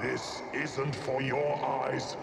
This isn't for your eyes.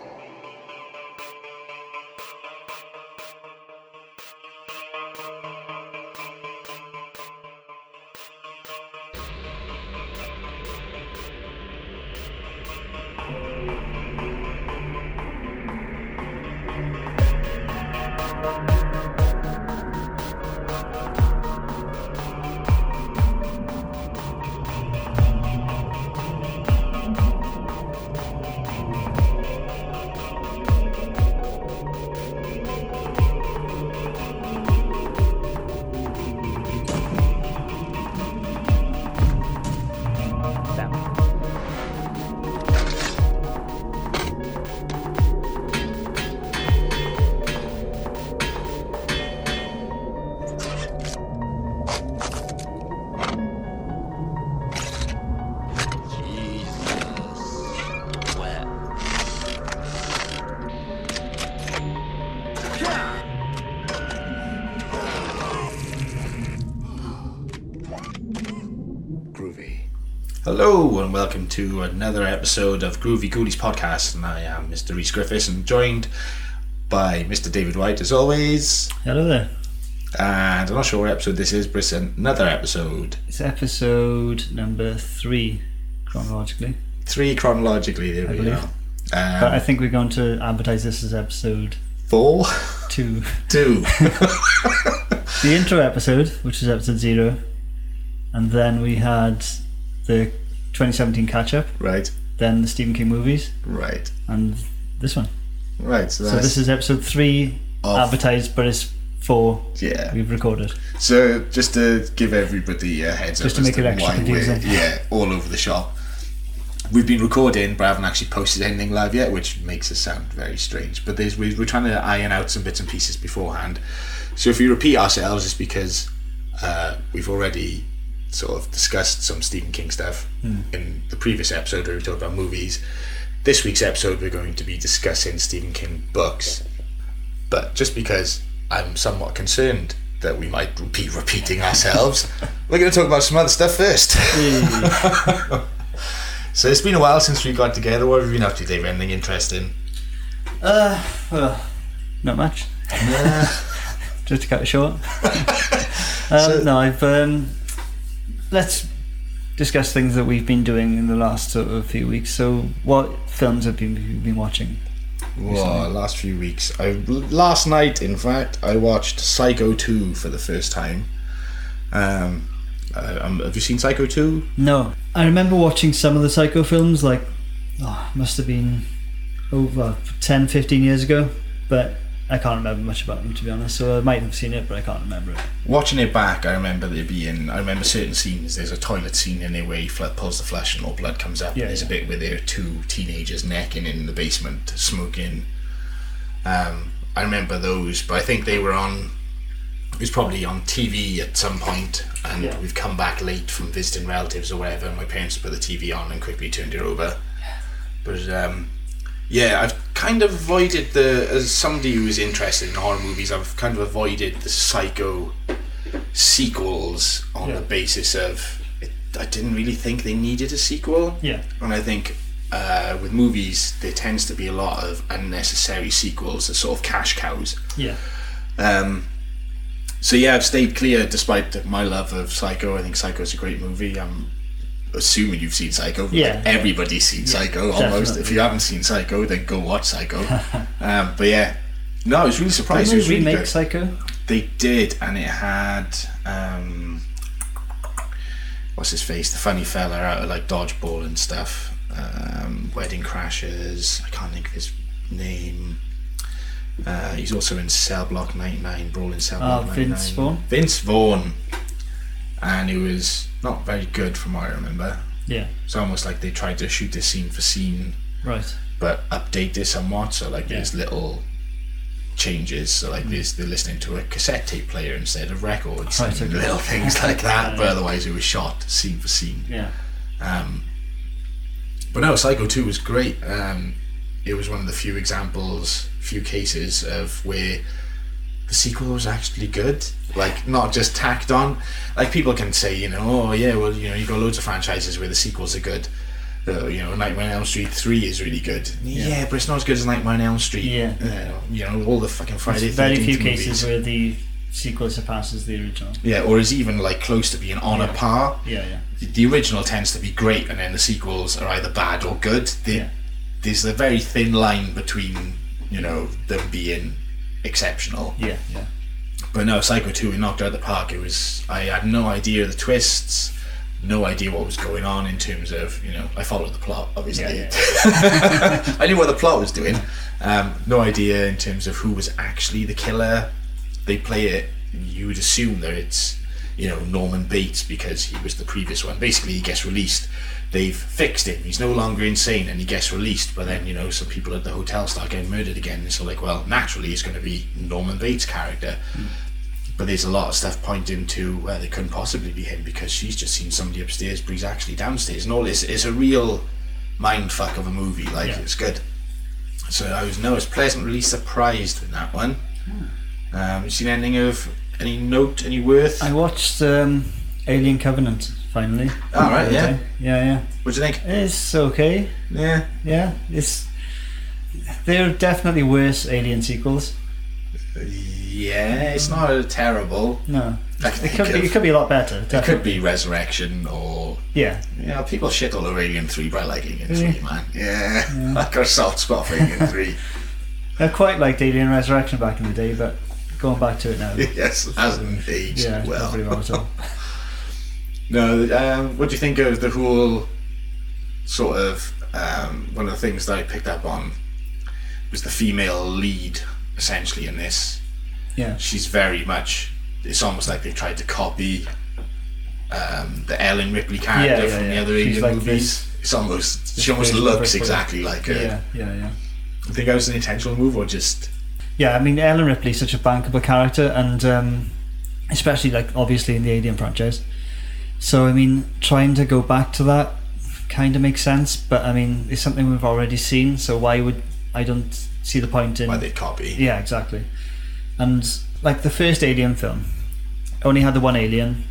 Hello and welcome to another episode of Groovy Goonies podcast, and I am Mr. Reese Griffiths, and joined by Mr. David White as always. Hello there. And I'm not sure what episode this is, but it's another episode, It's episode number three, chronologically. three chronologically. There I we believe. go. But I Um, think we're going to advertise this as episode four, two. two. The intro episode, which is episode zero, and then we had the 2017 catch up, right, then the Stephen King movies, right, and this one. right. So, So that's this is episode three, off. advertised, but it's four yeah. we've recorded. So just to give everybody a heads Just up, to as make it extra why we're- confusing. yeah, all over the shop. We've been recording, but I haven't actually posted anything live yet, which makes us sound very strange. But there's, we, we're trying to iron out some bits and pieces beforehand. So if we repeat ourselves, it's because uh, we've already sort of discussed some Stephen King stuff Hmm. in the previous episode where we talked about movies. This week's episode, we're going to be discussing Stephen King books but just because I'm somewhat concerned that we might be repeating ourselves, we're going to talk about some other stuff first. so it's been a while since we got together. What have you been up to, Dave? Anything interesting? Uh, well, not much. Just to cut it short. um, So- no, I've. Um, let's discuss things that we've been doing in the last sort of few weeks. So, what films have been you've been watching? Well, last few weeks. I last night, in fact, I watched Psycho two for the first time. Um, uh, um, have you seen Psycho two? No, I remember watching some of the Psycho films. Like, oh, must have been over 10, 15 years ago, but I can't remember much about them to be honest. So I might have seen it, but I can't remember it. Watching it back, I remember there being. I remember certain scenes. There's a toilet scene in there where he fl- pulls the flush and all blood comes up. Yeah, and there's a yeah. bit where there are two teenagers necking in the basement, smoking. Um, I remember those, but I think they were on. It was probably on TV at some point, and Yeah. we've come back late from visiting relatives or whatever. And my parents put the TV on and quickly turned it over. But um, yeah, I've kind of avoided the. As somebody who's interested in horror movies, I've kind of avoided the psycho sequels on Yeah. the basis of it, I didn't really think they needed a sequel. Yeah. And I think uh, with movies, there tends to be a lot of unnecessary sequels, that sort of cash cows. Yeah. Um, so yeah, I've stayed clear despite my love of Psycho. I think Psycho's a great movie. I'm assuming you've seen Psycho. Yeah. Everybody's seen Psycho almost. If definitely. you haven't seen Psycho, then go watch Psycho. um, but yeah. No, I was really surprised. Didn't It they was really remake good. Psycho? They did, and it had um, what's his face, the funny fella out of like dodgeball and stuff, um, Wedding Crashers. I can't think of his name. Uh, he's also in Cell Block 99, Brawling Cell Ah, Block 99. Vince Vaughn? Vince Vaughn, and it was not very good from what I remember. Yeah. It's almost like they tried to shoot this scene for scene Right. but update it somewhat. So like Yeah. there's little changes. So like there's they're listening to a cassette tape player instead of records, Right, and okay. little things like that. But otherwise, it was shot scene for scene. Yeah. Um, but no, Psycho 2 was great. Um, it was one of the few examples, few cases of where the sequel was actually good. Like, not just tacked on. Like, people can say, you know, oh, yeah, well, you know, you've got loads of franchises where the sequels are good. uh, you know, Nightmare on Elm Street 3 is really good. Yeah, Yeah. but it's not as good as Nightmare on Elm Street. Yeah. Uh, you know, all the fucking There's Friday 13th very few movies. cases where the sequel surpasses the original. Yeah, or is even like close to being on a Yeah. par. Yeah, yeah. The original tends to be great, and then the sequels are either bad or good. They, Yeah. There's a very thin line between, you know, them being exceptional. Yeah, yeah. But no, Psycho 2, we knocked it out of the park. It was, I had no idea of the twists, no idea what was going on in terms of, you know, I followed the plot, obviously. Yeah, yeah, I knew what the plot was doing. Um, no idea in terms of who was actually the killer. They play it, you would assume that it's, you know, Norman Bates because he was the previous one. Basically, he gets released. They've fixed him. He's no longer insane and he gets released. But then, you know, some people at the hotel start getting murdered again. And so, like, well, naturally, it's going to be Norman Bates' character. But there's a lot of stuff pointing to where they couldn't possibly be him because she's just seen somebody upstairs, but he's actually downstairs. And all this is a real mind fuck of a movie. Like Yeah. it's good. So I was no, I was pleasantly surprised with that one. Um, you seen anything of any note, any worth? Hmm. I watched um, Alien Covenant finally. All right, yeah. Yeah, what do you think? yeah. It's okay. Yeah, Yeah, it's. They're definitely worse Alien sequels. yeah, it's not a terrible. No. I can Hmm. It could, think be, of- it could be a lot better. It Definitely. could be Resurrection or Yeah. you know people shit all over Alien Three, but I like Alien Really? Three, man. Yeah, I got a soft spot for Alien Three. I quite liked Alien Resurrection back in the day, but going back to it now. yes, it hasn't aged yeah, it's not well. very well at all. No, um, what do you think of the whole sort of um, one of the things that I picked up on was the female lead essentially in this. Yeah. She's very much. It's almost like they tried to copy um, the Ellen Ripley character yeah, from the yeah. other She's Asian like movies. It's almost she almost version of looks Ripley. exactly like her. Yeah, yeah, yeah. I think that was an intentional move or just Yeah, I mean Ellen Ripley's such a bankable character, and um, especially like obviously in the Alien franchise. So I mean, trying to go back to that kind of makes sense, but I mean it's something we've already seen. So why would I don't see the point in? why they copy. yeah, exactly. And like the first Alien film, only had the one alien,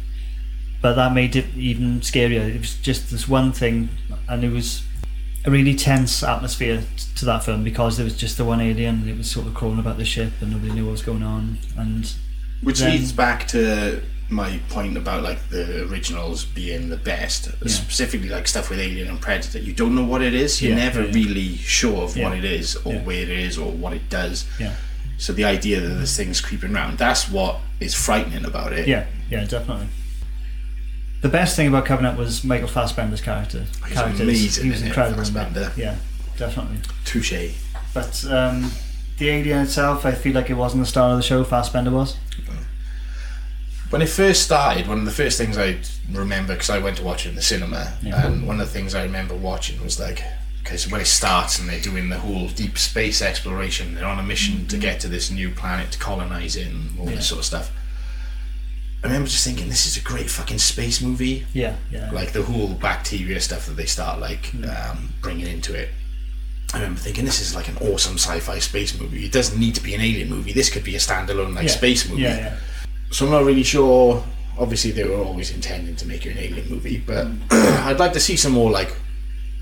but that made it even scarier. It was just this one thing, and it was a really tense atmosphere t- to that film because there was just the one alien and it was sort of crawling about the ship and nobody knew what was going on. And Which then- leads back to my point about like the originals being the best, specifically like stuff with Alien and Predator. You don't know what it is. You're Yeah, never yeah, yeah. really sure of what Yeah, it is or yeah. where it is or what it does. yeah, So the idea that this thing's creeping around, that's what is frightening about it. yeah, yeah, definitely. The best thing about Covenant was Michael Fassbender's character. He's characters. amazing, He was isn't he, incredible. in that. Fassbender? Yeah, definitely. Touche. But um, the alien itself, I feel like it wasn't the star of the show. Fassbender was. When it first started, one of the first things I remember, because I went to watch it in the cinema, Yeah. and one of the things I remember watching was like, okay, so when it starts and they're doing the whole deep space exploration, they're on a mission to get to this new planet to colonize it and all Mm-hmm. Yeah. this sort of stuff. I remember just thinking, this is a great fucking space movie Yeah, yeah, Mm. like the whole bacteria stuff that they start like um, bringing into it. I remember thinking this is like an awesome sci-fi space movie. It doesn't need to be an alien movie. This could be a standalone like yeah. space movie. Yeah, yeah. So I'm not really sure. Obviously, they were always intending to make it an alien movie, but I'd like to see some more like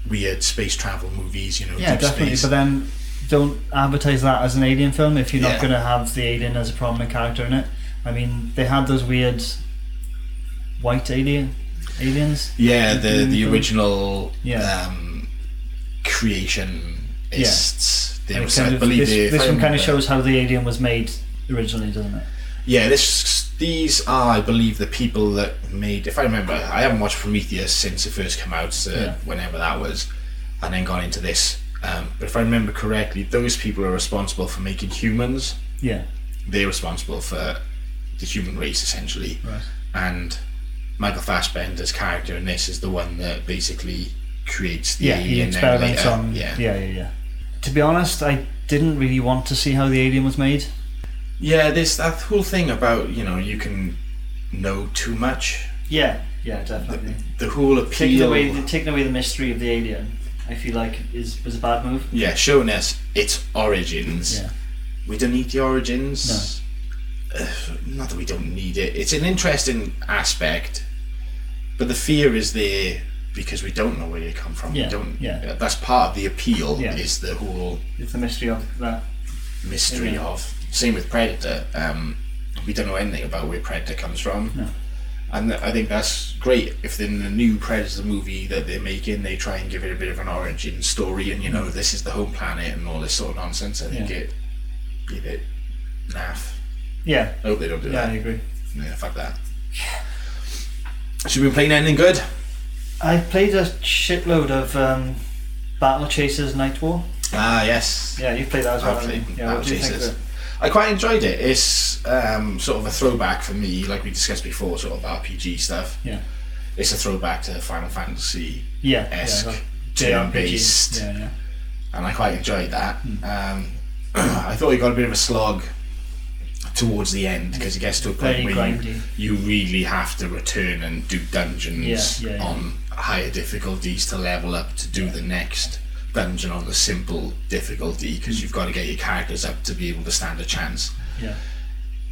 weird space travel movies. You know, Yeah, deep definitely. space. But then don't advertise that as an alien film if you're Yeah. not going to have the alien as a prominent character in it. I mean, they had those weird white alien aliens. yeah, the the Mhm. original Yeah. um, creationists. They And were, it I kind of- believe this, they- if this I one kind remember- of shows how the alien was made originally, doesn't it? Yeah, this these are, I believe, the people that made. If I remember, I haven't watched Prometheus since it first came out, so Yeah. whenever that was, and then gone into this. Um, but if I remember correctly, those people are responsible for making humans. Yeah. They're responsible for the human race essentially, Right. and Michael Fassbender's character in this is the one that basically creates the Yeah, alien. he then experiments later. on. yeah, yeah, yeah, yeah. To be honest, I didn't really want to see how the alien was made. yeah. This that whole thing about you know you can know too much. Yeah, yeah, definitely. The whole appeal. Taking away, the, taking away the mystery of the alien, I feel like is was a bad move. yeah, showing us its origins. Yeah. We don't need the origins. Ugh, not that we don't need it. It's an interesting aspect, but the fear is there because we don't know where they come from. Yeah, we don't. yeah. That's part of the appeal. Yeah. Is the whole It's the mystery of that. mystery Yeah. of same with Predator. Um, we don't know anything about where Predator comes from. No. And I think that's great if in the new Predator movie that they're making, they try and give it a bit of an origin story, and you know this is the home planet and all this sort of nonsense. I think Yeah. it be a bit naff. Yeah, I hope they don't do yeah, I that. agree. Yeah, fuck that. Should we be playing anything good? I played a shitload of um, Battle Chasers Night War. Ah, yes. Yeah, you've played that as well. I've haven't played you? Battle Yeah, what do you think of Chasers. it? I quite enjoyed it. It's um, sort of a throwback for me, like we discussed before, sort of RPG stuff. Yeah. It's a throwback to Final Fantasy Yeah. esque, yeah, turn RPG. based, Yeah, yeah. and I quite enjoyed that. Hmm. Um, I thought it got a bit of a slog towards the end because it gets to a point Very where you, grindy. you really have to return and do dungeons Yeah, yeah, yeah. on higher difficulties to level up to do the next dungeon on the simple difficulty Hmm. because you've got to get your characters up to be able to stand a chance. Yeah.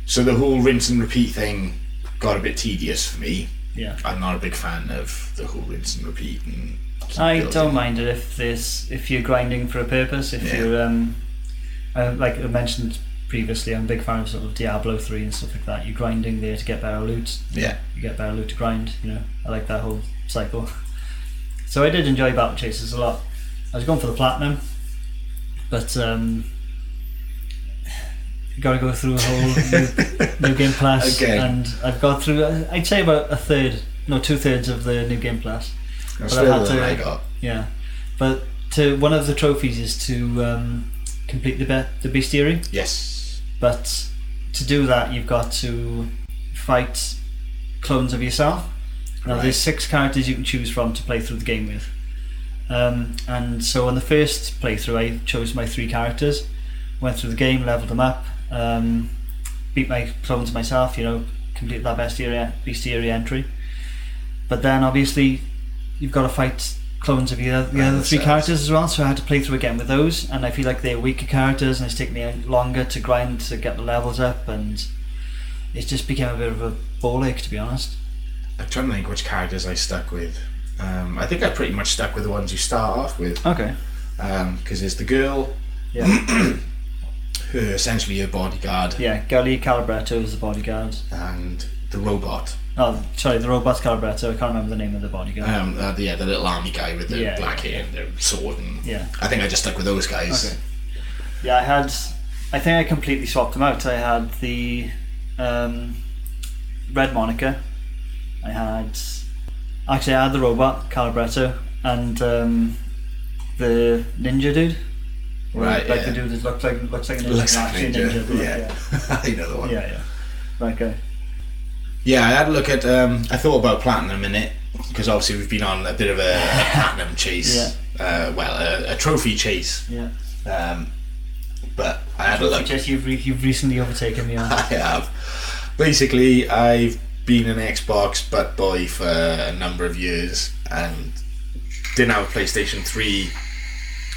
So the whole rinse and repeat thing got a bit tedious for me. Yeah. I'm not a big fan of the whole rinse and repeat. And keep I building. don't mind it if there's if you're grinding for a purpose. If Yeah. you're um, I, like I mentioned previously, I'm a big fan of sort of Diablo three and stuff like that. You're grinding there to get better loot. Yeah. You get better loot to grind. You know, I like that whole cycle. So I did enjoy Battle Chasers a lot. I was going for the platinum, but um, you got to go through a whole new, new game plus, Okay. and I've gone through. I'd say about a third, no, two thirds of the new game plus. That's But I had further than to- I got. Yeah, but to one of the trophies is to um, complete the be- the bestiary. Yes. But to do that, you've got to fight clones of yourself. Now, Right. there's six characters you can choose from to play through the game with. Um, and so, on the first playthrough, I chose my three characters, went through the game, leveled them up, um, beat my clones myself. You know, completed that bestiary bestiary entry. But then, obviously, you've got to fight clones of the other, the Right, other that three sounds- characters as well. So I had to play through again with those, and I feel like they're weaker characters, and it's taken me longer to grind to get the levels up, and it just became a bit of a ball ache, to be honest. I'm trying to think which characters I stuck with. Um, I think I pretty much stuck with the ones you start off with Okay. because there's the girl, Yeah. her essentially her bodyguard, yeah. Gully Calibretto is the bodyguard. and the robot. Oh, sorry, the robot Calibretto. I can't remember the name of the bodyguard. Um, uh, the- yeah, the little army guy with the Yeah, black hair and the sword. And Yeah. I think I just stuck with those guys. Okay. Yeah, I had. I think I completely swapped them out. I had the um, red Monica. I had. Actually, I had the robot, Calibretto, and um, the ninja dude. Or, Right, Like yeah. the dude that looks like, looks like a ninja. Looks not like a actually ninja. but like, yeah. I know the one. yeah. Yeah, yeah. That guy. Yeah, I had a look at. Um, I thought about platinum in it because obviously we've been on a bit of a, a platinum chase. Uh, well, a, a trophy chase. Yeah. Um, but I had a look. Jess, you've, re- you've recently overtaken me on. I have. Basically, I've been an Xbox butt boy for a number of years and didn't have a PlayStation 3.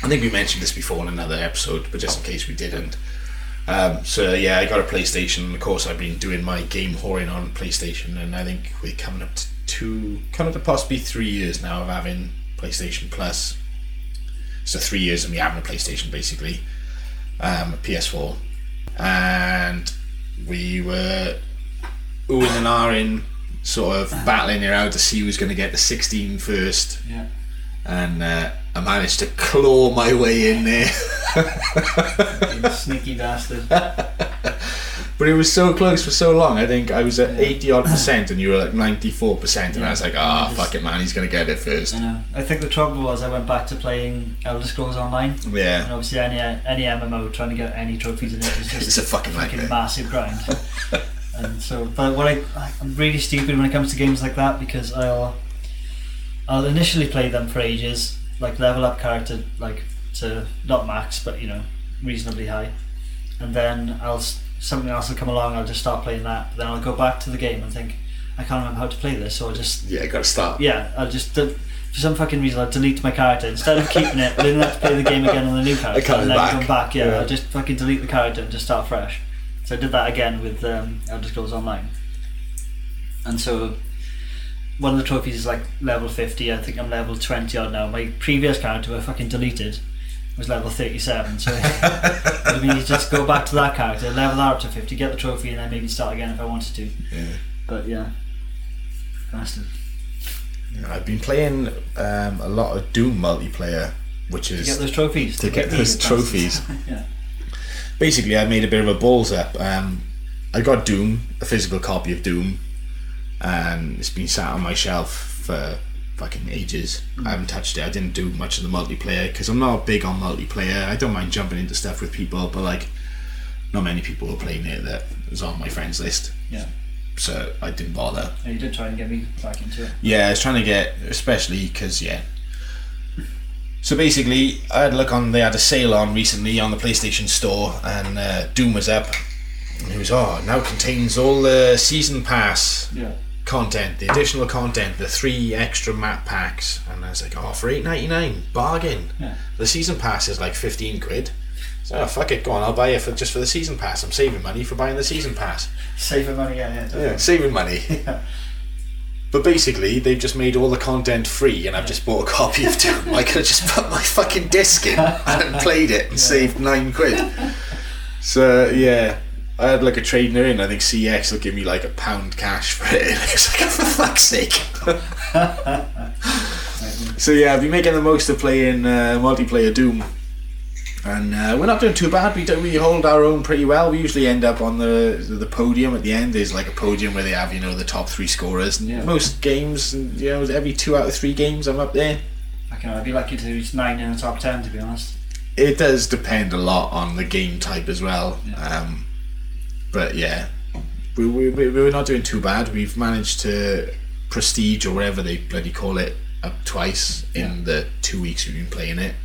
I think we mentioned this before in another episode, but just in case we didn't. Um, so, yeah, I got a PlayStation. Of course, I've been doing my game whoring on PlayStation, and I think we're coming up to two, coming up to possibly three years now of having PlayStation Plus. So, three years of me having a PlayStation, basically, um, a PS4. And we were oohing and ahhing, sort of battling it out to see who's going to get the 16 first. Yeah. And uh, I managed to claw my way in there. You sneaky bastard. but it was so close for so long. I think I was at 80 odd percent and you were like 94 percent. And I was like, ah, Just- fuck it, man, he's going to get it first. I know. I think the trouble was I went back to playing Elder Scrolls Online. And Yeah. obviously, any any MMO trying to get any trophies in it is just It's a fucking fucking nightmare. massive grind. and so, but what I I'm really stupid when it comes to games like that because I'll I'll initially play them for ages, like level up character like to not max, but you know reasonably high, and then I'll s- something else will come along. I'll just start playing that. But then I'll go back to the game and think I can't remember how to play this, so I'll just Yeah, got to start. yeah, I'll just de- for some fucking reason I'll delete my character instead of keeping it. I didn't have to play the game again on the new character. coming and then back. come back. Yeah, Yeah. I'll just fucking delete the character and just start fresh. So I did that again with um, Elder Scrolls Online, and so one of the trophies is like level 50. I think I'm level 20 odd now. My previous character, I fucking deleted, was level 37. So I mean, you just go back to that character, level that up to 50, get the trophy, and then maybe start again if I wanted to. Yeah. But yeah. Bastard. I've been playing um, a lot of Doom multiplayer, which To get is those trophies. to get those these bastards. trophies. yeah. Basically, I made a bit of a balls up. Um, I got Doom, a physical copy of Doom, and it's been sat on my shelf for fucking ages. I haven't touched it. I didn't do much of the multiplayer because I'm not big on multiplayer. I don't mind jumping into stuff with people, but like, not many people were playing it that was on my friends list, Yeah. so I didn't bother. And you did try and get me back into it. Yeah, I was trying to get, especially because yeah. So basically, I had a look on. They had a sale on recently on the PlayStation Store, and uh, Doom was up. And it was oh, now contains all the season pass Yeah. content, the additional content, the three extra map packs. And I was like, oh, for eight ninety nine, bargain. Yeah. The season pass is like fifteen quid. So oh, fuck it, go on, I'll buy it for just for the season pass. I'm saving money for buying the season pass. Save your money, yeah, yeah. Yeah, saving money. But basically, they've just made all the content free, and I've just bought a copy of Doom. I could have just put my fucking disc in and played it and saved nine quid. So yeah, I had like a trading in. I think CX will give me like a pound cash for it. And I was like, for fuck's sake. so yeah, I've been making the most of playing uh, multiplayer Doom, and uh, we're not doing too bad. We do, we hold our own pretty well. We usually end up on the the podium at the end. There's like a podium where they have you know the top three scorers. And Yeah. Most games, you know, every two out of three games, I'm up there. I can, I'd be lucky to reach nine in the top ten, to be honest. it does depend a lot on the game type as well. Um, but yeah, we, we, we- we're not doing too bad. We've managed to prestige or whatever they bloody call it up twice in the two weeks we've been playing it,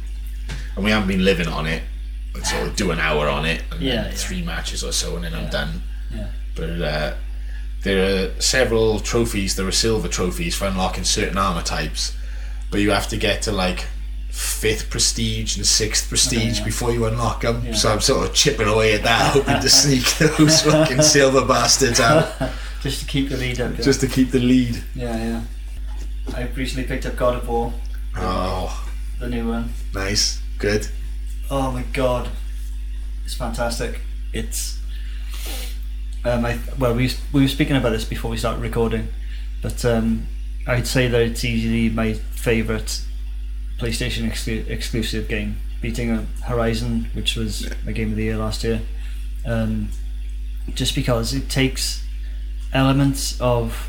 and we haven't been living on it. So we do an hour on it, and Yeah, then yeah. three matches or so, and then I'm done. Yeah. But uh, there are several trophies. There are silver trophies for unlocking certain armor types, but you have to get to like fifth prestige and sixth prestige before you unlock them. So I'm sort of chipping away at that, hoping to sneak those fucking silver bastards out Just to keep the lead up. Yeah, just to keep the lead. yeah. yeah. I recently picked up God of War, Oh, the new one. nice, good. Oh my god, it's fantastic. It's um, I well, we we were speaking about this before we started recording, but um, I'd say that it's easily my favourite PlayStation exclu- exclusive game, beating uh, Horizon, which was my game of the year last year. Um, just because it takes elements of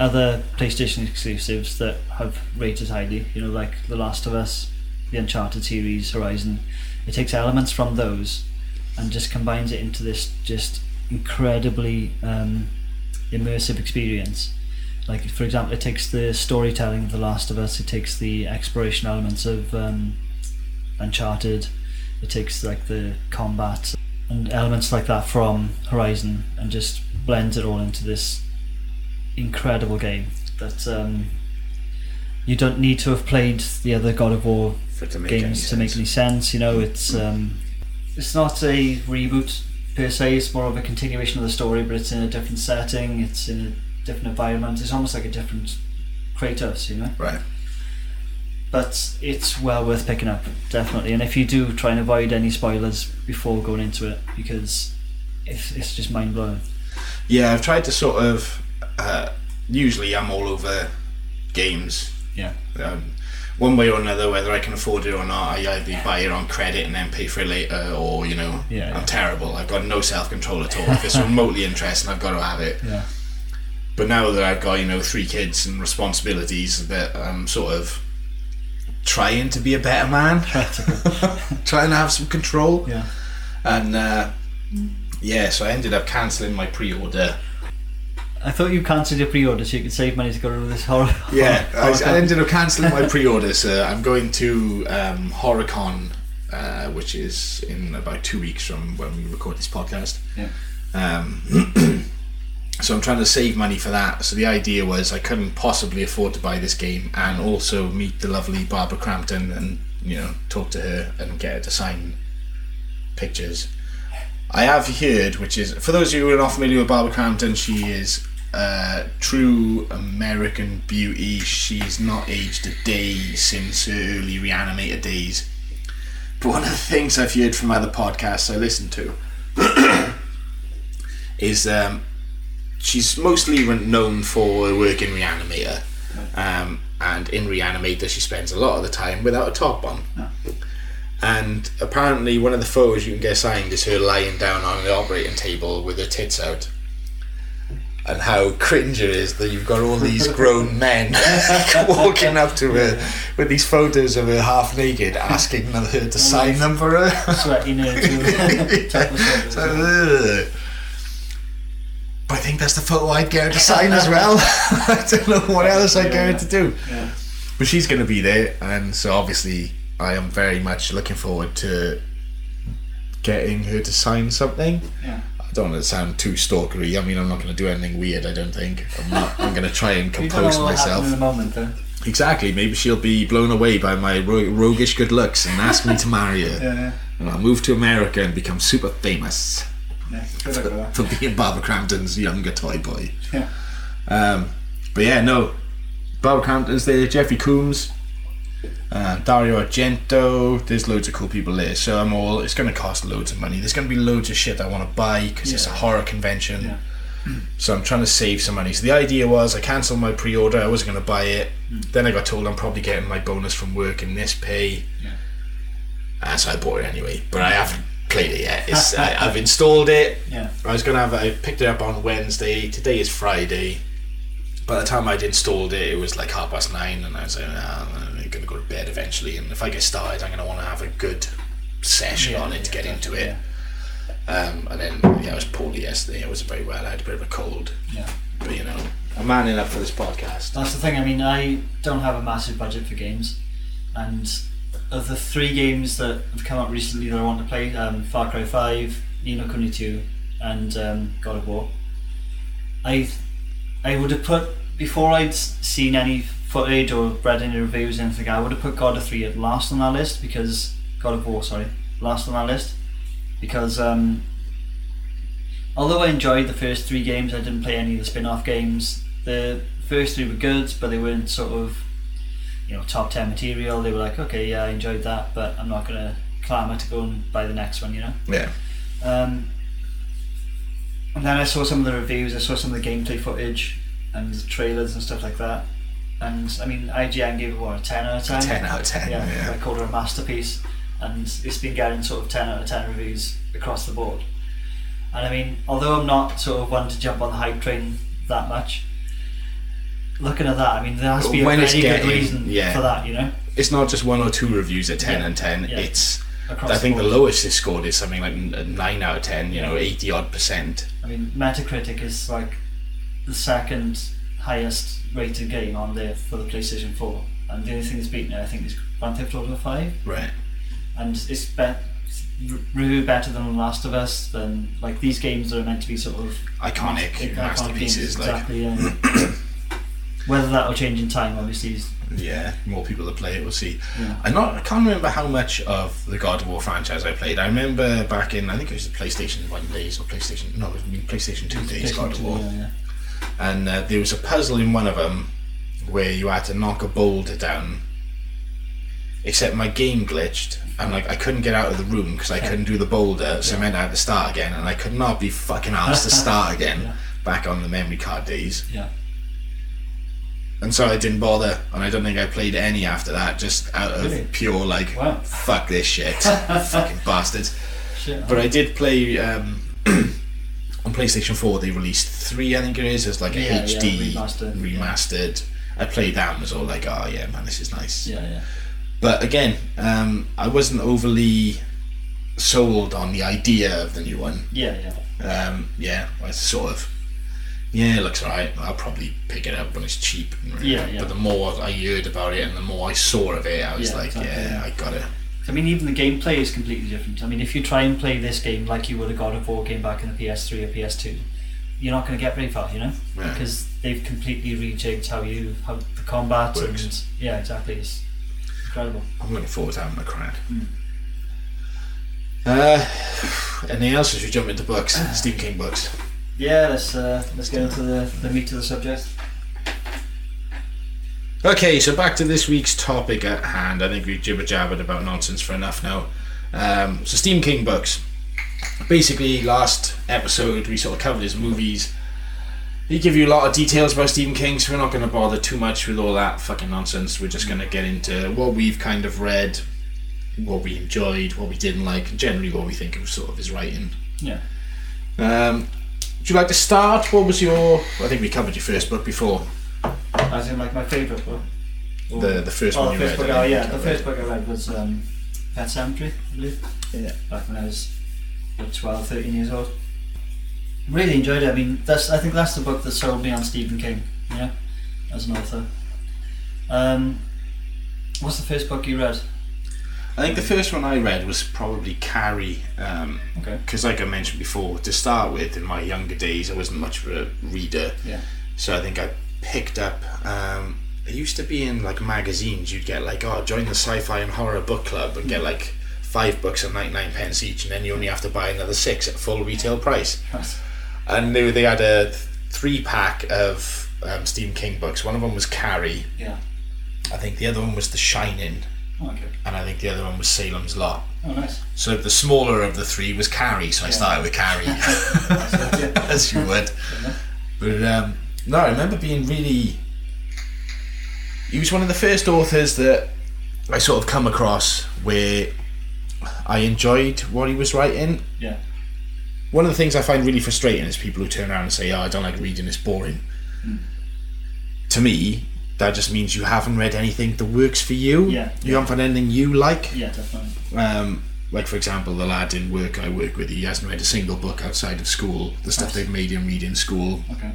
other PlayStation exclusives that have rated highly, you know, like The Last of Us, the Uncharted series, Horizon. It takes elements from those and just combines it into this just incredibly um, immersive experience. Like, for example, it takes the storytelling of The Last of Us, it takes the exploration elements of um, Uncharted, it takes like the combat and elements like that from Horizon and just blends it all into this incredible game that um, you don't need to have played the other God of War For to games to make any sense. You know, it's um, it's not a reboot per se. It's more of a continuation of the story, but it's in a different setting. It's in a different environment. It's almost like a different Kratos, you know. right. But it's well worth picking up, definitely. And if you do, try and avoid any spoilers before going into it because it's it's just mind blowing. Yeah, I've tried to sort of. Uh, usually, I'm all over games Yeah. um, one way or another, whether I can afford it or not, I either buy it on credit and then pay for it later, or you know, Yeah, I'm yeah. terrible. I've got no self control at all. if it's remotely interesting, I've got to have it. Yeah. But now that I've got you know three kids and responsibilities, that I'm sort of trying to be a better man, trying to have some control, Yeah. and uh, yeah, so I ended up cancelling my pre-order. I thought you cancelled your pre-order so you could save money to go to this horror. Yeah, I, horror- I ended up cancelling my pre-order, so I'm going to um, HorrorCon, uh, which is in about two weeks from when we record this podcast. Yeah. Um, so I'm trying to save money for that. So the idea was I couldn't possibly afford to buy this game and also meet the lovely Barbara Crampton and you know talk to her and get her to sign pictures. I have heard, which is for those of you who are not familiar with Barbara Crampton, she is uh, true American beauty. She's not aged a day since her early reanimator days. But one of the things I've heard from other podcasts I listen to is um, she's mostly re- known for her work in Reanimator. Um, and in Reanimator, she spends a lot of the time without a top on. And apparently, one of the photos you can get signed is her lying down on the operating table with her tits out. And how cringe it is that you've got all these grown men walking up to her with these photos of her half naked, asking her to sign them for her. Sweaty nerds. who- top of shoulders. So, ugh. but I think that's the photo I'd get her to sign as well. I don't know what else I'd get her to do. Yeah. But she's going to be there, and so obviously I am very much looking forward to getting her to sign something. Yeah. I don't want to sound too stalkery. I mean, I'm not going to do anything weird. I don't think. I'm not. I'm going to try and You don't know compose what happened in the myself. moment, though. Exactly. Maybe she'll be blown away by my ro- roguish good looks and ask me to marry her, Yeah, yeah. and I'll move to America and become super famous yeah. Good luck with that. for being Barbara Crampton's younger toy boy. Yeah. Um, but yeah, no. Barbara Crampton's there, Jeffrey Coombs, uh, Dario Argento. There's loads of cool people there. So I'm all, it's going to cost loads of money. There's going to be loads of shit I want to buy because it's a Yeah. horror convention. Yeah. So I'm trying to save some money. So the idea was I cancelled my pre order, I wasn't going to buy it. Mm. Then I got told I'm probably getting my bonus from work in this pay. Yeah. Uh, so I bought it anyway. But I haven't played it yet. It's, I, I've installed it. Yeah. I was gonna have it. I picked it up on Wednesday. Today is Friday. By the time I'd installed it, it was like half past nine, and I was like, nah, I'm gonna go to bed eventually. And if I get started, I'm gonna want to have a good session on it to get into it. Um, and then yeah, I was poorly yesterday. I wasn't very well. I had a bit of a cold, Yeah. but you know, I'm manning up for this podcast. That's the thing. I mean, I don't have a massive budget for games, and of the three games that have come out recently that I want to play, um, Far Cry Five, Nino Kuni Two, and um, God of War, I I would have put before I'd s- seen any footage or read any reviews or anything. I would have put God of Three at last on that list because God of War, sorry, last on that list because um, although I enjoyed the first three games, I didn't play any of the spin-off games. The first three were good, but they weren't sort of you know top ten material. They were like, okay, yeah, I enjoyed that, but I'm not gonna clamour to go and buy the next one, you know. Yeah, Um, and then I saw some of the reviews, I saw some of the gameplay footage and trailers and stuff like that. And I mean, IGN gave it what a ten out of ten. ten out of ten. Yeah, Yeah, I called it a masterpiece, and it's been getting sort of 10 out of 10 reviews across the board. And I mean, although I'm not sort of one to jump on the hype train that much, looking at that, I mean, there has to be a When very it's good getting- reason yeah. for that, you know? it's not just one or two reviews at ten Yeah, and ten. yeah. It's Across I think the board. lowest they scored is something like n- a nine out of ten. You know, eighty odd percent. I mean, Metacritic is like the second highest rated game on there for the PlayStation 4. And the only thing that's beaten it, I think, is Grand Theft Auto 5. Right. and it's bet re- reviewed better than The Last of Us than like these games that are meant to be sort of iconic iconic games, masterpieces. Like, exactly yeah. whether that will change in time obviously is yeah, more people that play it will see. Yeah. I'm not. I can't remember how much of the God of War franchise I played. I remember back in I think it was the PlayStation One days or PlayStation no, it was PlayStation Two days God of War, yeah, yeah. and uh, there was a puzzle in one of them where you had to knock a boulder down. Except my game glitched, and like I couldn't get out of the room because I couldn't do the boulder, so it meant I had to start again, and I could not be fucking asked to start again. Yeah. Back on the memory card days, yeah and so I didn't bother, and I don't think I played any after that, just out of Really? pure like, Wow. fuck this shit, fucking bastards. Shit. But I did play um, on PlayStation Four. They released three, I think it is, as like a Yeah, yeah, HD remastered. remastered. I played that and was all like, oh yeah, man, this is nice. yeah yeah But again, um, I wasn't overly sold on the idea of the new one. yeah yeah Um, yeah, I sort of. Yeah, it looks alright. I'll probably pick it up when it's cheap. and- Yeah, yeah. But the more I heard about it and the more I saw of it, I was Yeah, like, exactly, yeah, yeah. I got it. I mean even the gameplay is completely different I mean if you try and play this game like you would a God of War game back in the PS3 or PS2 you're not going to get very far you know Yeah. because they've completely rejigged how you how the combat Works. and yeah exactly it's incredible I'm looking forward to having a crack. Hmm. Uh, anything else? As we jump into books, Stephen King books. Yeah, let's uh, let's get into the, the meat of the subject. Okay, so back to this week's topic at hand. I think we jibber jabbered about nonsense for enough now. Um, so, Steam King books. Basically, last episode we sort of covered his movies. He give you a lot of details about Stephen King, so we're not going to bother too much with all that fucking nonsense. We're just going to get into what we've kind of read, what we enjoyed, what we didn't like, and generally what we think of sort of his writing. Yeah. Um, would you like to start? What was your? I think we covered your first book before. As in, like, my favourite book. Or- The the first oh, one the you first read. book, oh, I yeah, think the I first book I read was um, Pet Cemetery, I believe. Yeah. Back when I was what, 12, 13 years old. Really enjoyed it. I mean, that's I think that's the book that sold me on Stephen King, you know, as an author. Um, what's the first book you read? I think the first one I read was probably Carrie, because Okay. like I mentioned before, to start with, in my younger days, I wasn't much of a reader. Yeah. So I think I picked up. Um, it used to be in like magazines. You'd get like, oh, join the sci-fi and horror book club and get like five books at ninety nine pence each, and then you only have to buy another six at full retail price. And they they had a three pack of um, Stephen King books. One of them was Carrie. Yeah. I think the other one was The Shining, Oh, okay. and I think the other one was Salem's Lot. Oh, nice. So the smaller of the three was Carrie, so I started with Carrie, as you would. But um, no, I remember being really. He was one of the first authors that I sort of come across where I enjoyed what he was writing. Yeah. One of the things I find really frustrating is people who turn around and say, "Oh, I don't like reading; it's boring." To me, that just means you haven't read anything that works for you. Yeah. You haven't found anything you like. Yeah, definitely. Um, like for example, the lad in work I work with, he hasn't read a single book outside of school. The stuff they've made him read in school. Okay.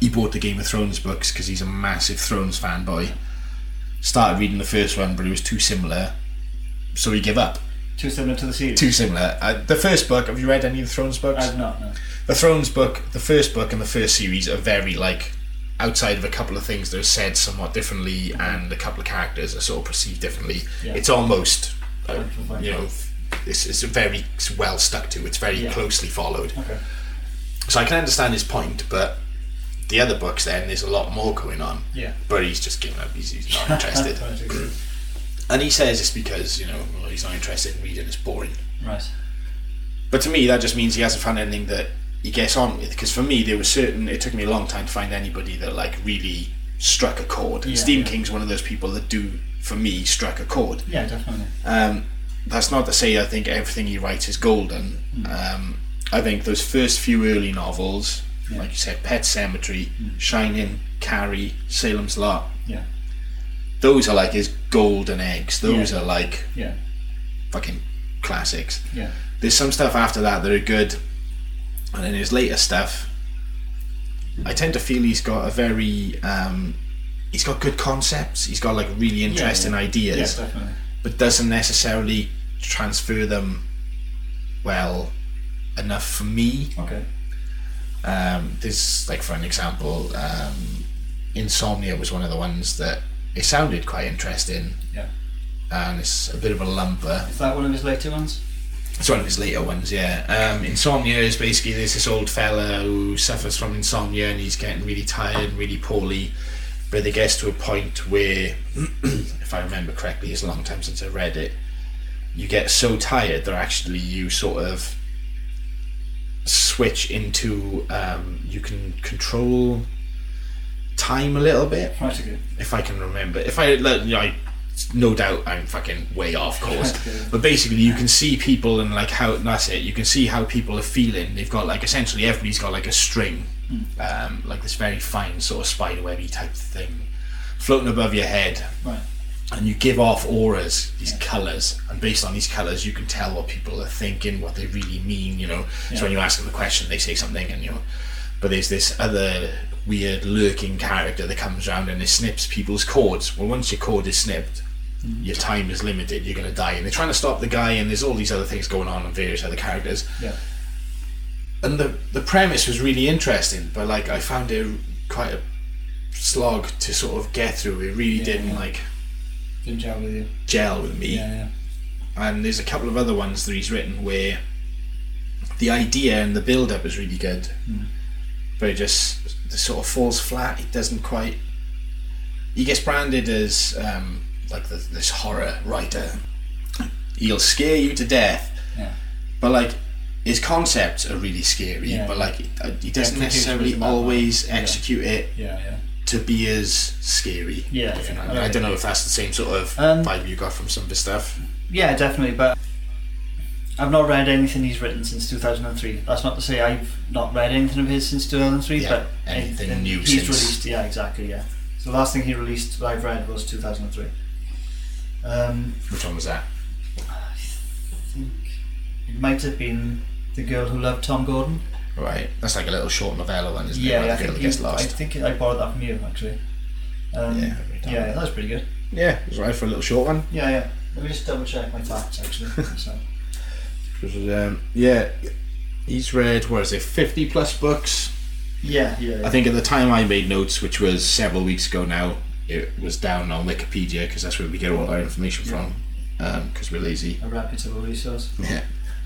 He bought the Game of Thrones books because he's a massive Thrones fanboy. Started reading the first one, but it was too similar, so he gave up. Too similar to the series. Too similar. Uh, the first book. Have you read any of the Thrones books? I've not. No. the Thrones book, the first book, and the first series are very like outside of a couple of things that are said somewhat differently, and a couple of characters are sort of perceived differently. Yeah. It's almost uh, Like- you know, it's, it's very well stuck to. It's very Yeah. closely followed. Okay. So I can understand his point, but the other books, then there's a lot more going on. Yeah. But he's just given up. He's, he's not interested, and he says it's because you know well, he's not interested in reading. It's boring. right. But to me, that just means he hasn't found anything that he gets on with. Because for me, there was certain. It took me a long time to find anybody that like really struck a chord. And Yeah, Stephen yeah. King's one of those people that do, for me, struck a chord. Yeah, definitely. Um, that's not to say I think everything he writes is golden. Mm. Um, I think those first few early novels, Yeah. Mm. like you said, Pet Cemetery, Shining, Carrie, Salem's Lot, Yeah. those are like his golden eggs. Those Yeah. are like Yeah. fucking classics. Yeah. there's some stuff after that that are good, and then his later stuff, I tend to feel he's got a very, um, he's got good concepts. He's got like really interesting Yeah, ideas, definitely. but doesn't necessarily transfer them well enough for me. Okay. Um, there's like for an example, um, Insomnia was one of the ones that it sounded quite interesting, Yeah. and it's a bit of a lumper. Is that one of his later ones? It's one of his later ones, yeah. Um, insomnia is basically there's this old fella who suffers from insomnia and he's getting really tired and really poorly. But it gets to a point where, if I remember correctly, it's a long time since I read it, you get so tired that actually you sort of switch into, um, you can control time a little bit Right, okay. if I can remember. If I, like, you know, I no doubt I'm fucking way off course, Okay. but basically you can see people and like how and that's it. You can see how people are feeling. They've got like essentially everybody's got like a string, um, like this very fine sort of spiderwebby type thing floating above your head, Right. and you give off auras, these colours, and based on these colours, you can tell what people are thinking, what they really mean. You know, Yeah. so when you ask them a question, they say something, and you know, but there's this other weird lurking character that comes around and it snips people's cords. Well, once your cord is snipped, Mm. your time is limited. You're going to die, and they're trying to stop the guy, and there's all these other things going on, and various other characters Yeah. and the the premise was really interesting, but like I found it quite a slog to sort of get through. It really Yeah. didn't like Didn't gel with you. gel with me. Yeah. And there's a couple of Hmm. other ones that he's written where the idea and the build up is really good, but it just sort of falls flat. It doesn't quite. He gets branded as um, like the, this horror writer. He'll scare you to death, Yeah. but like his concepts are really scary. Yeah. But like uh, he doesn't confused necessarily with the always Batman. Yeah. execute it Yeah, yeah. to be as scary. Yeah, if you yeah. know what I, mean. I Okay. don't know if that's the same sort of Um, vibe you got from some of his stuff. Yeah, definitely. But I've not read anything he's written since 2003. That's not to say I've not read anything of his since 2003, Yeah, but anything it- it- new he's since. released. Yeah, exactly. Yeah. So the last thing he released that I've read was 2003. Um, Which one was that? I think it might have been the girl who loved Tom Gordon. Right, that's like a little short novella one, isn't it? yeah, where yeah, I the girl think, gets he- I lost. think I borrowed that from you actually. Um, Yeah, yeah, I've read that. yeah, that was pretty good. Yeah, it was right for a little short one. Yeah, yeah. Let me just double check my facts actually. so, Which was, um, yeah, he's read what is it, fifty plus books. yeah, yeah. yeah. I think at the time I made notes, which was several weeks ago now, it was down on Wikipedia because that's where we get all our information from. Because we're lazy. a reputable resource. Yeah.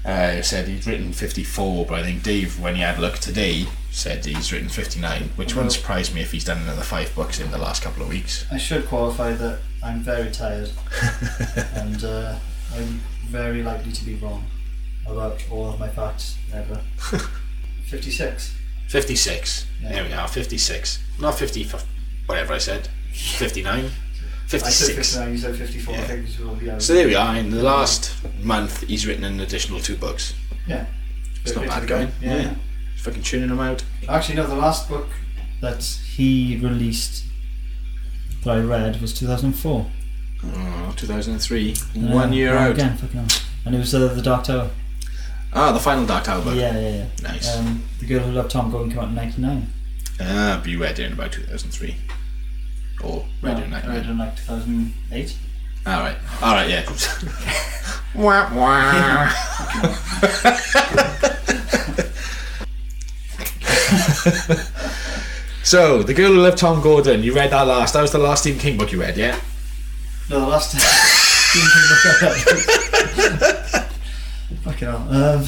Uh, it said he'd written 54, but I think Dave, when he had a look today, said he's written 59, which Uh-huh. wouldn't surprise me if he's done another five books in the last couple of weeks. I should qualify that I'm very tired and uh, I'm very likely to be wrong about all of my facts ever. 56. 56. Yeah. There we are, 56. Not 50, f- whatever I said. 59? I said 56. 59, you said 54. Yeah. I think this will be out. So there we are, in the last month, he's written an additional two books. yeah. It's Bit- not bit bad to going. go. Yeah. Fucking tuning them out. Actually, no, the last book that he released that I read was 2004. Oh, 2003. And, uh, One year wrong out. Again, fucking hell. And it was uh, The Dark Tower. Ah, the final Dark Tower book. Yeah, yeah, yeah. Nice. Um, the Girl Who Loved Tom Gordon came out in 99. Ah, but you read it in about 2003. Or read it in No, I 99. read it in like 2008. All right. All right. Yeah. wah, wah. so the girl who loved Tom Gordon. You read that last. That was the last Stephen King book you read, yeah? No, the last time. Fucking hell. Um,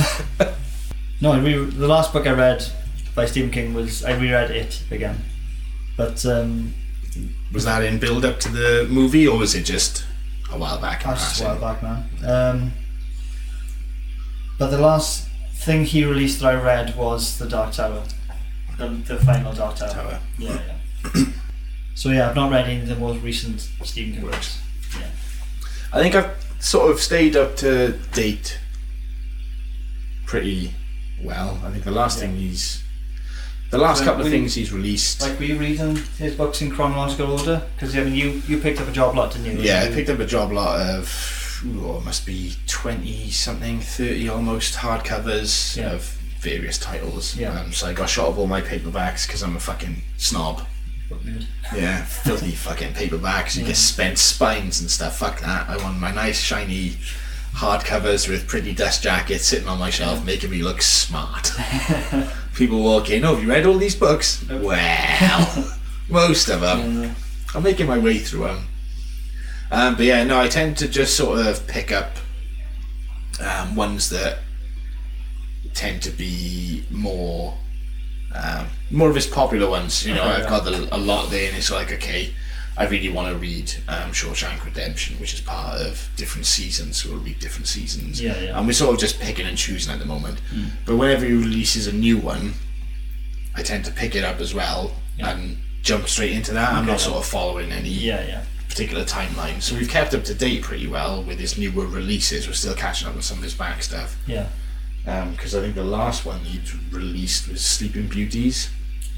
no, I re- the last book I read by Stephen King was I reread it again, but um, Was that in build up to the movie, or was it just a while back? in I was just a passing? while back, man. Um, but the last thing he released that I read was The Dark Tower, the, the final Dark Tower. Tower. Yeah, yeah. so yeah, I've not read any of the most recent Stephen King books. I think I've sort of stayed up to date pretty well. I think the last thing he's, the last So couple of when you- things he's released. Like, were you reading his books in chronological order? Because I mean, you you picked up a job lot, didn't you? Yeah, I You- picked up a job lot of, oh, it must be 20 something, 30 almost hardcovers Yeah. of various titles. Yeah. Um, so I got shot of all my paperbacks because I'm a fucking snob. Yeah, filthy fucking paperbacks. You get spent spines and stuff. Fuck that. I want my nice, shiny hardcovers with pretty dust jackets sitting on my shelf, making me look smart. People walk in, oh, have you read all these books? Well, most of them. Yeah. I'm making my way through them. Um, but yeah, no, I tend to just sort of pick up um, ones that tend to be more um, more of his popular ones. You know, I've got the, a lot there, and it's like, okay, I really want to read um, Shawshank Redemption, which is part of different seasons. So we'll read different seasons, Yeah, yeah. Hmm. and we're sort of just picking and choosing at the moment. But whenever he releases a new one, I tend to pick it up as well and jump straight into that. I'm not sort of following any Yeah, yeah. particular timeline. So we've kept up to date pretty well with his newer releases. We're still catching up on some of his back stuff. Yeah. Because I think the last one he released was Sleeping Beauties,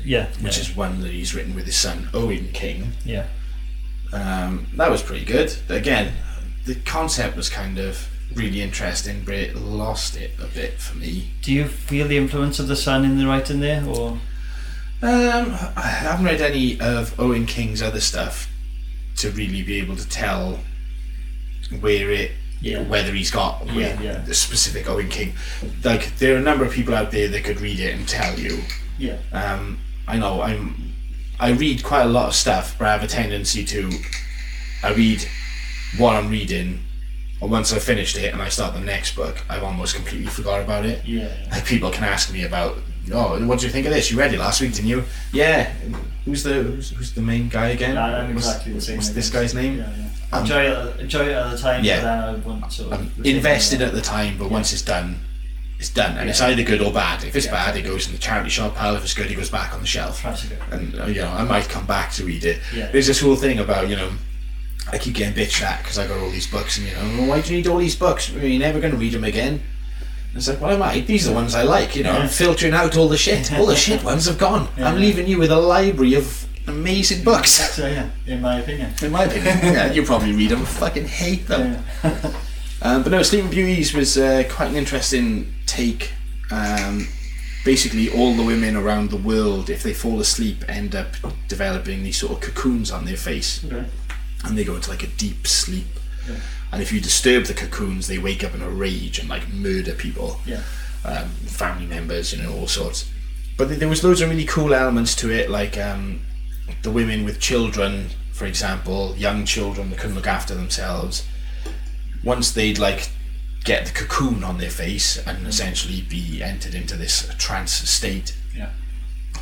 Yeah. which yeah. is one that he's written with his son Owen King. yeah. Um, that was pretty good. Again, the concept was kind of really interesting, but it lost it a bit for me. Do you feel the influence of the sun in the writing there, or Um, I haven't read any of Owen King's other stuff to really be able to tell where it, Yeah. whether he's got Yeah, where- yeah. the specific Owen King. Like there are a number of people out there that could read it and tell you. yeah, Um, I know I'm, I read quite a lot of stuff, but I have a tendency to, I read what I'm reading or once I finished it and I start the next book, I've almost completely forgot about it. Yeah. Like people can ask me about, oh, what do you think of this? You read it last week, didn't you? Yeah. Who's the who's, who's the main guy again? Yeah, I'm What's- exactly the same. What's I this guess. guy's name? Yeah, yeah. Um, enjoy it, enjoy it at the time, yeah. but then I wouldn't sort of I'm retain it. invested at the time, but once it's done, it's done, and it's either good or bad. If it's Yeah. bad, it goes in the charity shop pile. If it's good, it goes back on the shelf. Perhaps a good- And uh, you know, I might come back to read it. Yeah. There's this whole thing about you know, I keep getting bitched at because I got all these books, and you know, "Well, why do you need all these books? You're never going to read them again. And It's like, well, I might. These are the ones I like. You know, I'm Yeah. filtering out all the shit. All the shit ones have gone. I'm Yeah. leaving you with a library of amazing books. So yeah, in my opinion. In my opinion, yeah, you probably read them. Fucking hate them. Yeah. Um, but no, Sleeping Beauties was uh, quite an interesting take. Um, basically, all the women around the world, if they fall asleep, end up developing these sort of cocoons on their face, okay. and they go into like a deep sleep. Yeah. And if you disturb the cocoons, they wake up in a rage and like murder people, Yeah. um, family members, you know, all sorts. But th- there was loads of really cool elements to it, like um, the women with children, for example, young children that couldn't look after themselves. Once they'd like get the cocoon on their face and essentially be entered into this trance state, Yeah.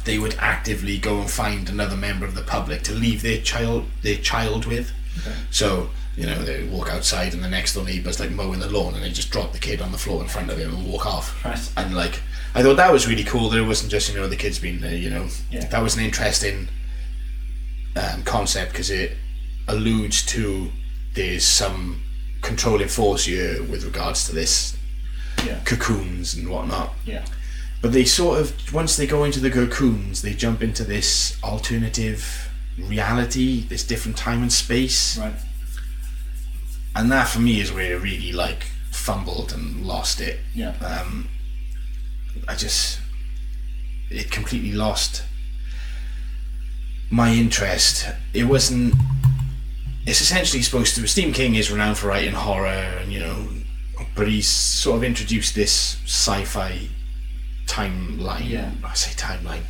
they would actively go and find another member of the public to leave their child their child with. Okay. So you know they walk outside and the next door neighbour's like mowing the lawn and they just drop the kid on the floor in front of him and walk off. Right. And like I thought that was really cool. That it wasn't just you know the kids being there. You know Yeah. that was an interesting um, concept because it alludes to there's some controlling force here with regards to this Yeah. cocoons and whatnot. Yeah. But they sort of once they go into the cocoons, they jump into this alternative reality, this different time and space, Right. and that for me is where it really like fumbled and lost it. Yeah. Um, I just it completely lost my interest. It wasn't. It's essentially supposed to. Stephen King is renowned for writing horror, and you know, but he's sort of introduced this sci-fi timeline. Yeah. I say timeline.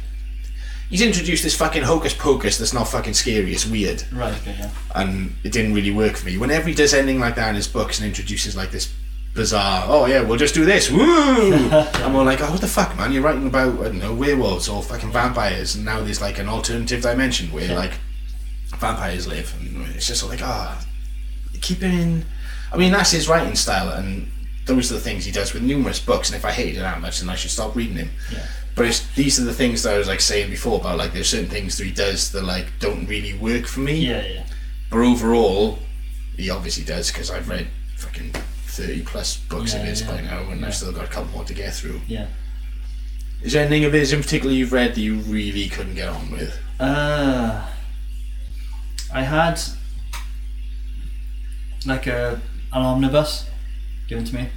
He's introduced this fucking hocus pocus that's not fucking scary. It's weird Right. Okay. Yeah. and it didn't really work for me. Whenever he does anything like that in his books and introduces like this bizarre, oh yeah, we'll just do this, woo! and we're like, oh, what the fuck, man? You're writing about I don't know werewolves or fucking vampires, and now there's like an alternative dimension where like vampires live, and it's just like, ah, keep it in. I mean, that's his writing style, and those are the things he does with numerous books. And if I hated it that much, then I should stop reading him. Yeah. But it's, these are the things that I was like saying before about like there's certain things that he does that like don't really work for me. Yeah. Yeah. But overall, he obviously does because I've read fucking thirty plus books of Yeah, his by yeah. now, and Yeah. I've still got a couple more to get through. Yeah. Is there anything of his in particular you've read that you really couldn't get on with? Uh, I had like a an omnibus given to me,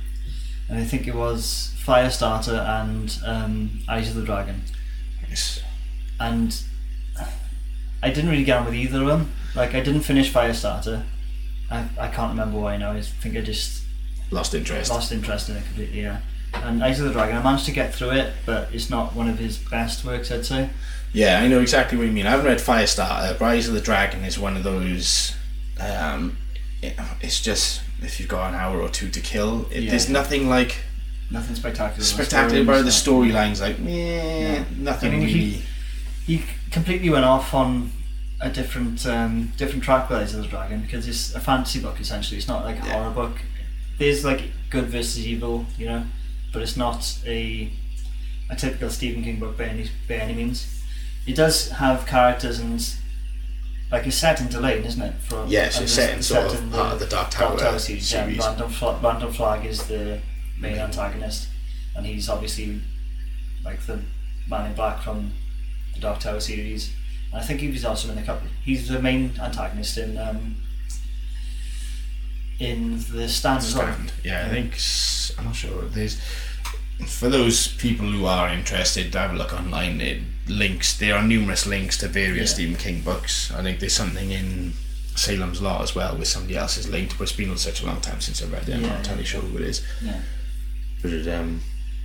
and I think it was Firestarter and um, Eyes of the Dragon, Yes. and I didn't really get on with either of them. Like I didn't finish Firestarter. I, I can't remember why now. I think I just Lost interest. lost interest in it completely. Yeah. And Eyes of the Dragon, I managed to get through it, but it's not one of his best works, I'd say. Yeah, I know exactly what you mean. I haven't read Firestarter. Rise of the Dragon is one of those. Um, it- it's just if you've got an hour or two to kill, it, Yeah. there's nothing like Nothing spectacular. spectacular about the story. storylines. Like, meh, Yeah. nothing I mean, if you- really. he completely went off on a different um, different track with Eyes of the Dragon because it's a fantasy book essentially. It's not like a Yeah. horror book. There's like good versus evil, you know, but it's not a a typical Stephen King book by any by any means. It does have characters and like it's set in Delane, isn't it? From Yes, and it's this- set in it's sort of part of the Dark Tower series. series. Yeah, Random, Fla- Random Flag is the main antagonist, and he's obviously like the man in black from the Dark Tower series. And I think he was also in a couple. He's the main antagonist in um, in the Stand as well. stand. Yeah, I think s- I'm not sure. There's for those people who are interested, have a look online. It links. There are numerous links to various Yeah. Stephen King books. I think there's something in Salem's Lot as well, where somebody else is linked. But it's been such a long time since I read it. I'm Yeah, not yeah. entirely sure who it is. Yeah, But it, um,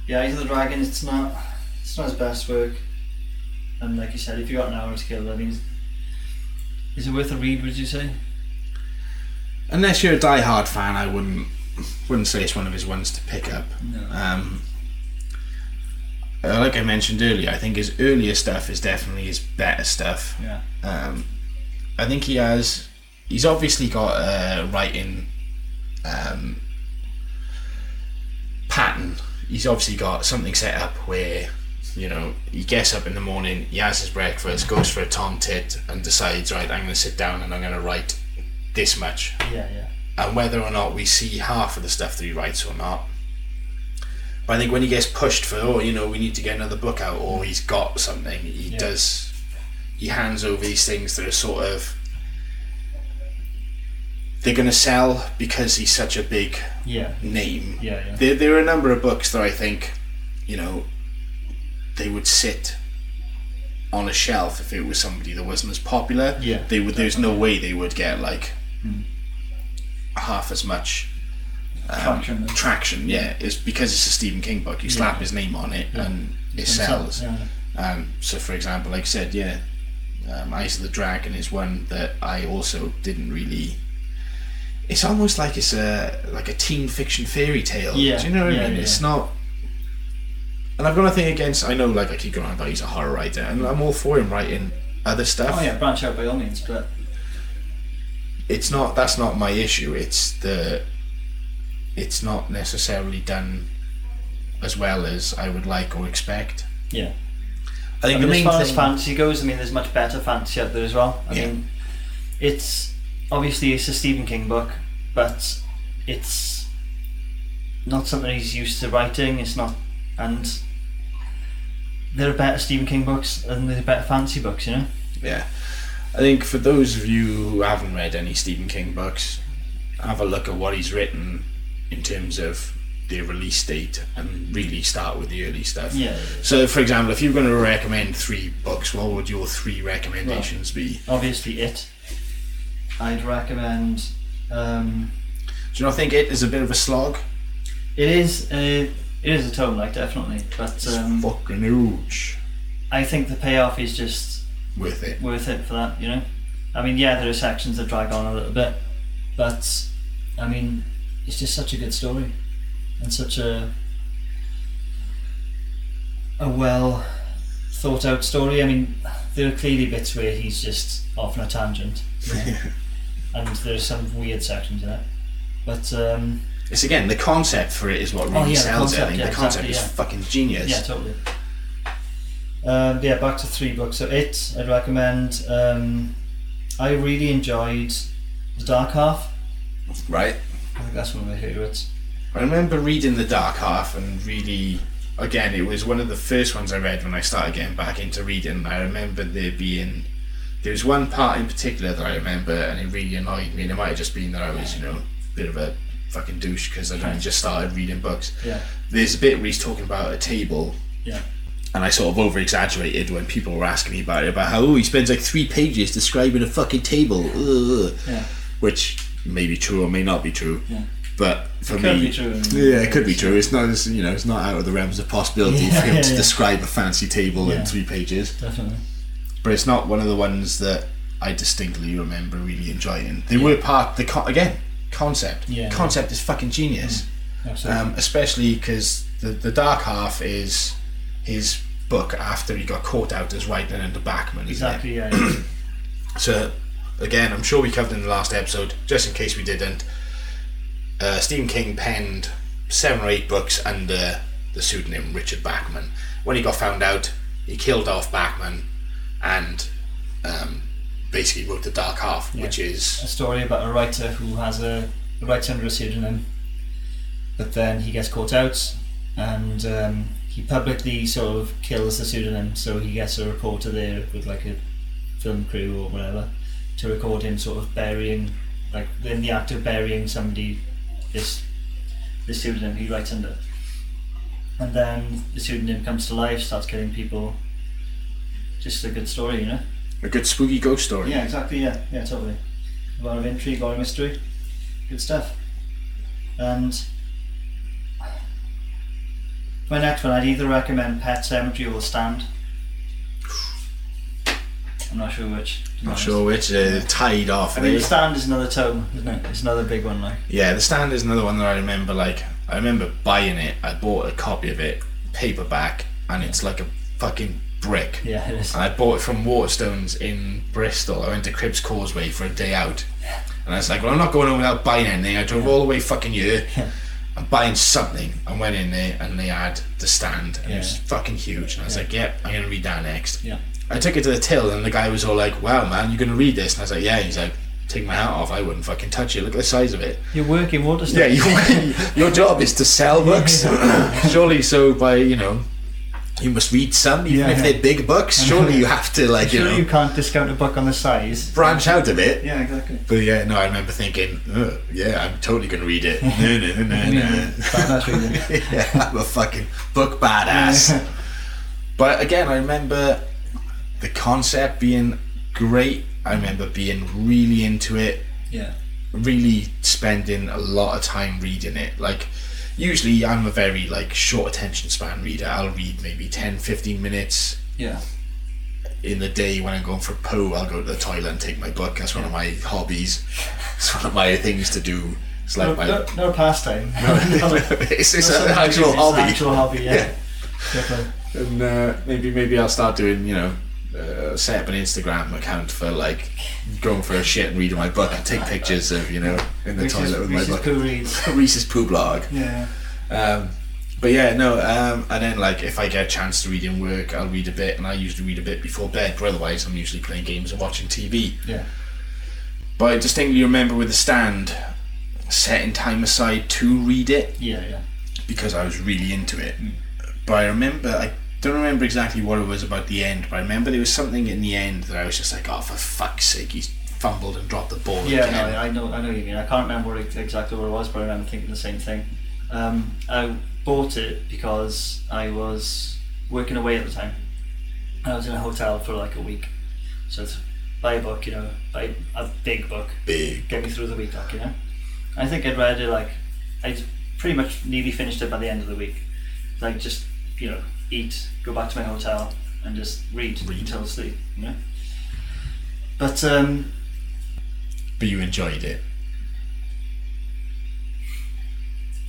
yeah. He's the dragon. It's not. It's not his best work. And like you said, if you got an hour to kill, I mean, is- is it worth a read? Would you say? unless you're a die-hard fan, I wouldn't wouldn't say it's one of his ones to pick up. No. Um, uh, like I mentioned earlier, I think his earlier stuff is definitely his better stuff. Yeah. Um, I think he has. He's obviously got a writing um, pattern. He's obviously got something set up where, you know, he gets up in the morning, he has his breakfast, goes for a tom tit, and decides, right, I'm going to sit down and I'm going to write this much. Yeah, yeah. And whether or not we see half of the stuff that he writes or not. But I think when he gets pushed for, oh, you know, we need to get another book out, or he's got something, he Yeah. does, he hands over these things that are sort of, they're going to sell because he's such a big Yeah. name. Yeah, yeah. There, there are a number of books that I think, you know, they would sit on a shelf if it was somebody that wasn't as popular. Yeah, They would. There's no way they would get like half as much Traction. traction. Yeah, it's because it's a Stephen King book. You slap his name on it and it sells. Yeah. Um, so, for example, like I said, yeah, um, Eyes of the Dragon is one that I also didn't really. It's almost like it's a like a teen fiction fairy tale. Yeah, Do you know what yeah, I mean? yeah. It's not. And I've got nothing against. I know, like I keep going on about he's a horror writer, and I'm all for him writing other stuff. Oh yeah, branch out by all means, but It's not. That's not my issue. It's the. It's not necessarily done as well as I would like or expect. yeah. I think I the mean, main as far as thing. fantasy goes, I mean, there's much better fantasy out there as well. I Yeah. mean, it's obviously it's a Stephen King book, but it's not something he's used to writing. It's not, and there are better Stephen King books and there are better fantasy books. You know, yeah i think for those of you who haven't read any stephen king books have a look at what he's written in terms of the release date and really start with the early stuff Yeah, yeah, yeah. so for example if you were going to recommend three books what would your three recommendations be obviously it. I'd recommend. Um, do you not think it is a bit of a slog it is a it is a tome like definitely, but it's um, fucking huge I think the payoff is just worth it worth it for that, you know. I mean, yeah, there are sections that drag on a little bit, but I mean, it's just such a good story and such a a well thought out story. I mean, there are clearly bits where he's just off on a tangent, you know, and there's some weird sections in it. But um, it's again the concept for it is what really Oh, yeah, the sells it concept, i think yeah, the concept exactly, is yeah. fucking genius yeah, totally. Um, yeah, back to three books. So it, I'd recommend. Um, I really enjoyed the Dark Half. right I think that's one of my favourites. I remember reading The Dark Half and really, again, it was one of the first ones I read when I started getting back into reading. I remember there being, there was one part in particular that I remember and it really annoyed me. And it might have just been that I was, you know, a bit of a fucking douche because I'd only just started reading books. Yeah. There's a bit where he's talking about a table Yeah. and I sort of over exaggerated when people were asking me about it about how oh he spends like three pages describing a fucking table, Ugh. Yeah. which may be true or may not be true. Yeah. But for Could me, be true. yeah, it could be true. It's not, it's, you know, it's not out of the realms of possibility Yeah, for him yeah, to yeah. describe a fancy table Yeah. in three pages. Definitely. But it's not one of the ones that I distinctly remember really enjoying. They were part the con- again concept. Yeah, Mm. yeah. concept is fucking genius, Absolutely. um, especially because the the dark half is his book after he got caught out as writing and the backman. isn't it? exactly. Yeah. yeah. So, again, I'm sure we covered in the last episode, just in case we didn't. Uh, Stephen King penned seven or eight books under the pseudonym Richard Bachman. When he got found out, he killed off Bachman and um, basically wrote The Dark Half, which a is. story about a writer who has a, a writes under a pseudonym, but then he gets caught out, and um, he publicly sort of kills the pseudonym. So he gets a reporter there with like a film crew or whatever to record him sort of burying, like in the act of burying somebody, this this pseudonym he writes under. And then the pseudonym comes to life, starts killing people. Just a good story, you know. A good spooky ghost story. Yeah, exactly. Yeah, yeah, totally. A lot of intrigue, a lot of mystery, good stuff. And my next one, I'd either recommend Pet Cemetery or Stand. I'm not sure which. to be Not honest. sure which. Uh, tied off. I mean, eh? the stand is another tome, isn't it? It's another big one, like. Yeah, The Stand is another one that I remember. Like, I remember buying it. I bought a copy of it, paperback, and it's like a fucking brick. Yeah, it is. And I bought it from Waterstones in Bristol. I went to Cribs Causeway for a day out. And I was like, well, I'm not going home without buying anything. I drove all the way fucking here. Yeah. I'm buying something. I went in there and they had the stand. And it was Yeah. fucking huge. And I was like, yep, I'm going to read that next. Yeah. I took it to the till and the guy was all like, wow, man, you're going to read this? And I was like, yeah. He's like, take my hat off. I wouldn't fucking touch it. Look at the size of it. You're working water Yeah, stuff. you, your job is to sell books. surely, so by, you know, you must read some, even Yeah, if yeah. they're big books. Surely you have to, like, you Sure, know you can't discount a book on the size. branch out a bit. Yeah, exactly. But yeah, no, I remember thinking, "Ugh, yeah, I'm totally going to read it. No, no, no, no, That's really good. no. yeah, I'm a fucking book badass. but again, I remember the concept being great. I remember being really into it, Yeah. really spending a lot of time reading it. Like, usually I'm a very, like, short attention span reader. I'll read maybe 10, 15 minutes Yeah. in the day when I'm going for a poo, I'll go to the toilet and take my book. That's one of my hobbies. It's one of my things to do. It's like No, my. no, no pastime. it's it's That's an something actual it's an hobby. Actual hobby, yeah. Yeah. Definitely. And uh, maybe maybe I'll start doing you know. Uh, set up an Instagram account for like going for a shit and reading my book and take pictures of you know in the Reese's- toilet with Reese's my book. Pooh Reads. Reese's poo blog. Yeah. Um, but yeah, no. Um, and then like if I get a chance to read in work, I'll read a bit, and I usually read a bit before bed. But otherwise, I'm usually playing games and watching TV. Yeah. But I distinctly remember with the stand setting time aside to read it Yeah, yeah. because I was really into it. Mm. But I remember, I don't remember exactly what it was about the end, but I remember there was something in the end that I was just like, oh, for fuck's sake, he's fumbled and dropped the ball Yeah, again. no, I know, I know what you mean. I can't remember what, exactly what it was, but I remember thinking the same thing. Um, I bought it because I was working away at the time. I was in a hotel for like a week, so to buy a book, you know, buy a big book, Big. get me through the week, like you know. I think I'd read it like I pretty much nearly finished it by the end of the week. Like just you know, eat, go back to my hotel, and just read, Read. until sleep, you know. But um, But you enjoyed it.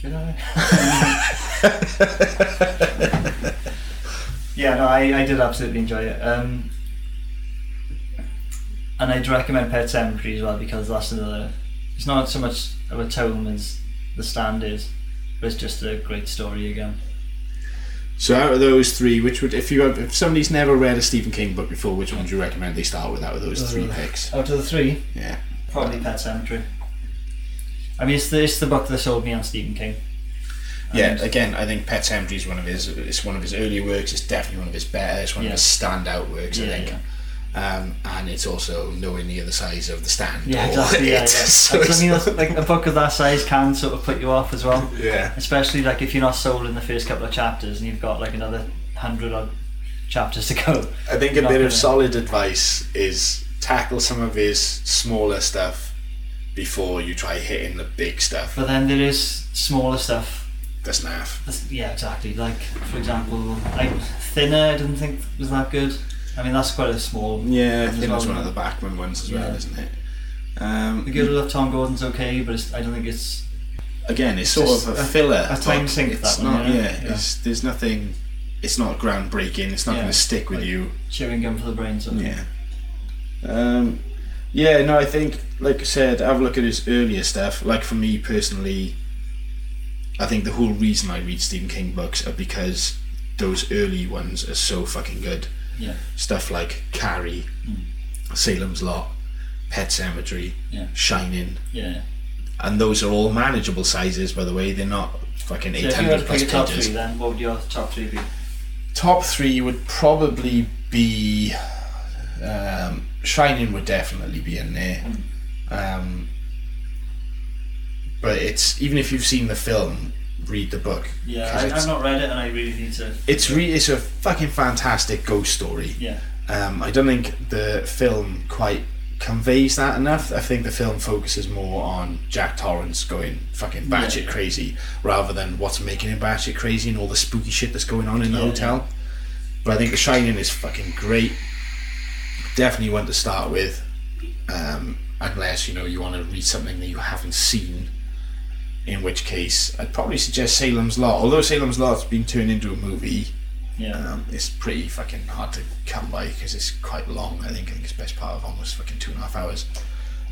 Did I? yeah, no, I, I did absolutely enjoy it. Um, and I'd recommend Pet Cemetery as well because that's another. It's not so much of a tome as the stand is, but it's just a great story again. So out of those three, which would if you have, if somebody's never read a Stephen King book before, which one do you recommend they start with out of Oh, those three picks? Out of the three, Yeah. probably Pet Cemetery. I mean, it's the, it's the book that sold me on Stephen King. Um, Yeah, again, I think Pet Sematary is one of his. It's one of his earlier works. It's definitely one of his better. It's one Yeah. of his standout works. I Yeah, think, um, and it's also nowhere near the size of the stand. Yeah, or exactly. it. Yeah, yeah. So I it's mean, not- that's, like a book of that size can sort of put you off as well. yeah, especially like if you're not sold in the first couple of chapters and you've got like another hundred odd chapters to go. I think a Not bit of gonna- solid advice is tackle some of his smaller stuff before you try hitting the big stuff. But then there is smaller stuff. That's naff. That's, yeah, exactly. Like for example, like thinner. I didn't think was that good. I mean, that's quite a small. Yeah, I as think that's well. one of the Backman ones as well, Yeah. isn't it? Um, The Good Love Tom Gordon's okay, but it's, I don't think it's. again, it's, It's sort of just a a- filler. a time like, sink, It's that one, not. yeah. yeah, Yeah. It's, there's nothing. It's not groundbreaking. It's not Yeah. going to stick with Like- you. Chewing gum for the brain, sort of. Yeah. Um, yeah. No, I think, like I said, have a look at his earlier stuff. Like for me personally, I think the whole reason I read Stephen King books are because those early ones are so fucking good. Yeah. Stuff like Carrie, Salem's Lot, Pet Cemetery, Mm. Yeah. Shining yeah. and those are all manageable sizes by the way they're not fucking So if you had 800 to plus pick a top pages three, then what would your top three be? top three would probably be um, shining would definitely be in there Mm. um, but it's even if you've seen the film read the book Yeah, 'cause I, it's, I've not read it, and I really need to. it's, re- it's a fucking fantastic ghost story Yeah. um, I don't think the film quite conveys that enough. I think the film focuses more on Jack Torrance going fucking batshit crazy rather than what's making him batshit crazy and all the spooky shit that's going on in the Yeah, hotel. But I think The Shining is fucking great. definitely one to start with, um, unless you know you want to read something that you haven't seen. In which case, I'd probably suggest Salem's Lot. Although Salem's Lot's been turned into a movie, Yeah. um, it's pretty fucking hard to come by because it's quite long. I think I think it's best part of almost fucking two and a half hours.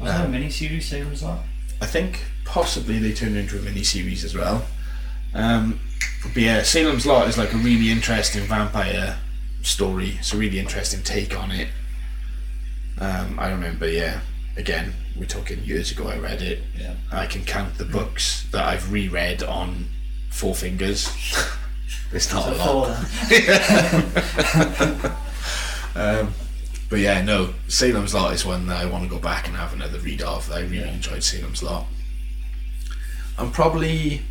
Was that a mini series Salem's Lot? I think possibly they turned into a mini series as well. Um, but yeah, Salem's Lot is like a really interesting vampire story. It's a really interesting take on it. Um, I remember, yeah, again, we're talking years ago. I read it. Yeah. I can count the books that I've reread on four fingers. It's not a lot. Before that. Um, but yeah, no, Salem's Lot is one that I want to go back and have another read of. I really Yeah. enjoyed Salem's Lot. I'm probably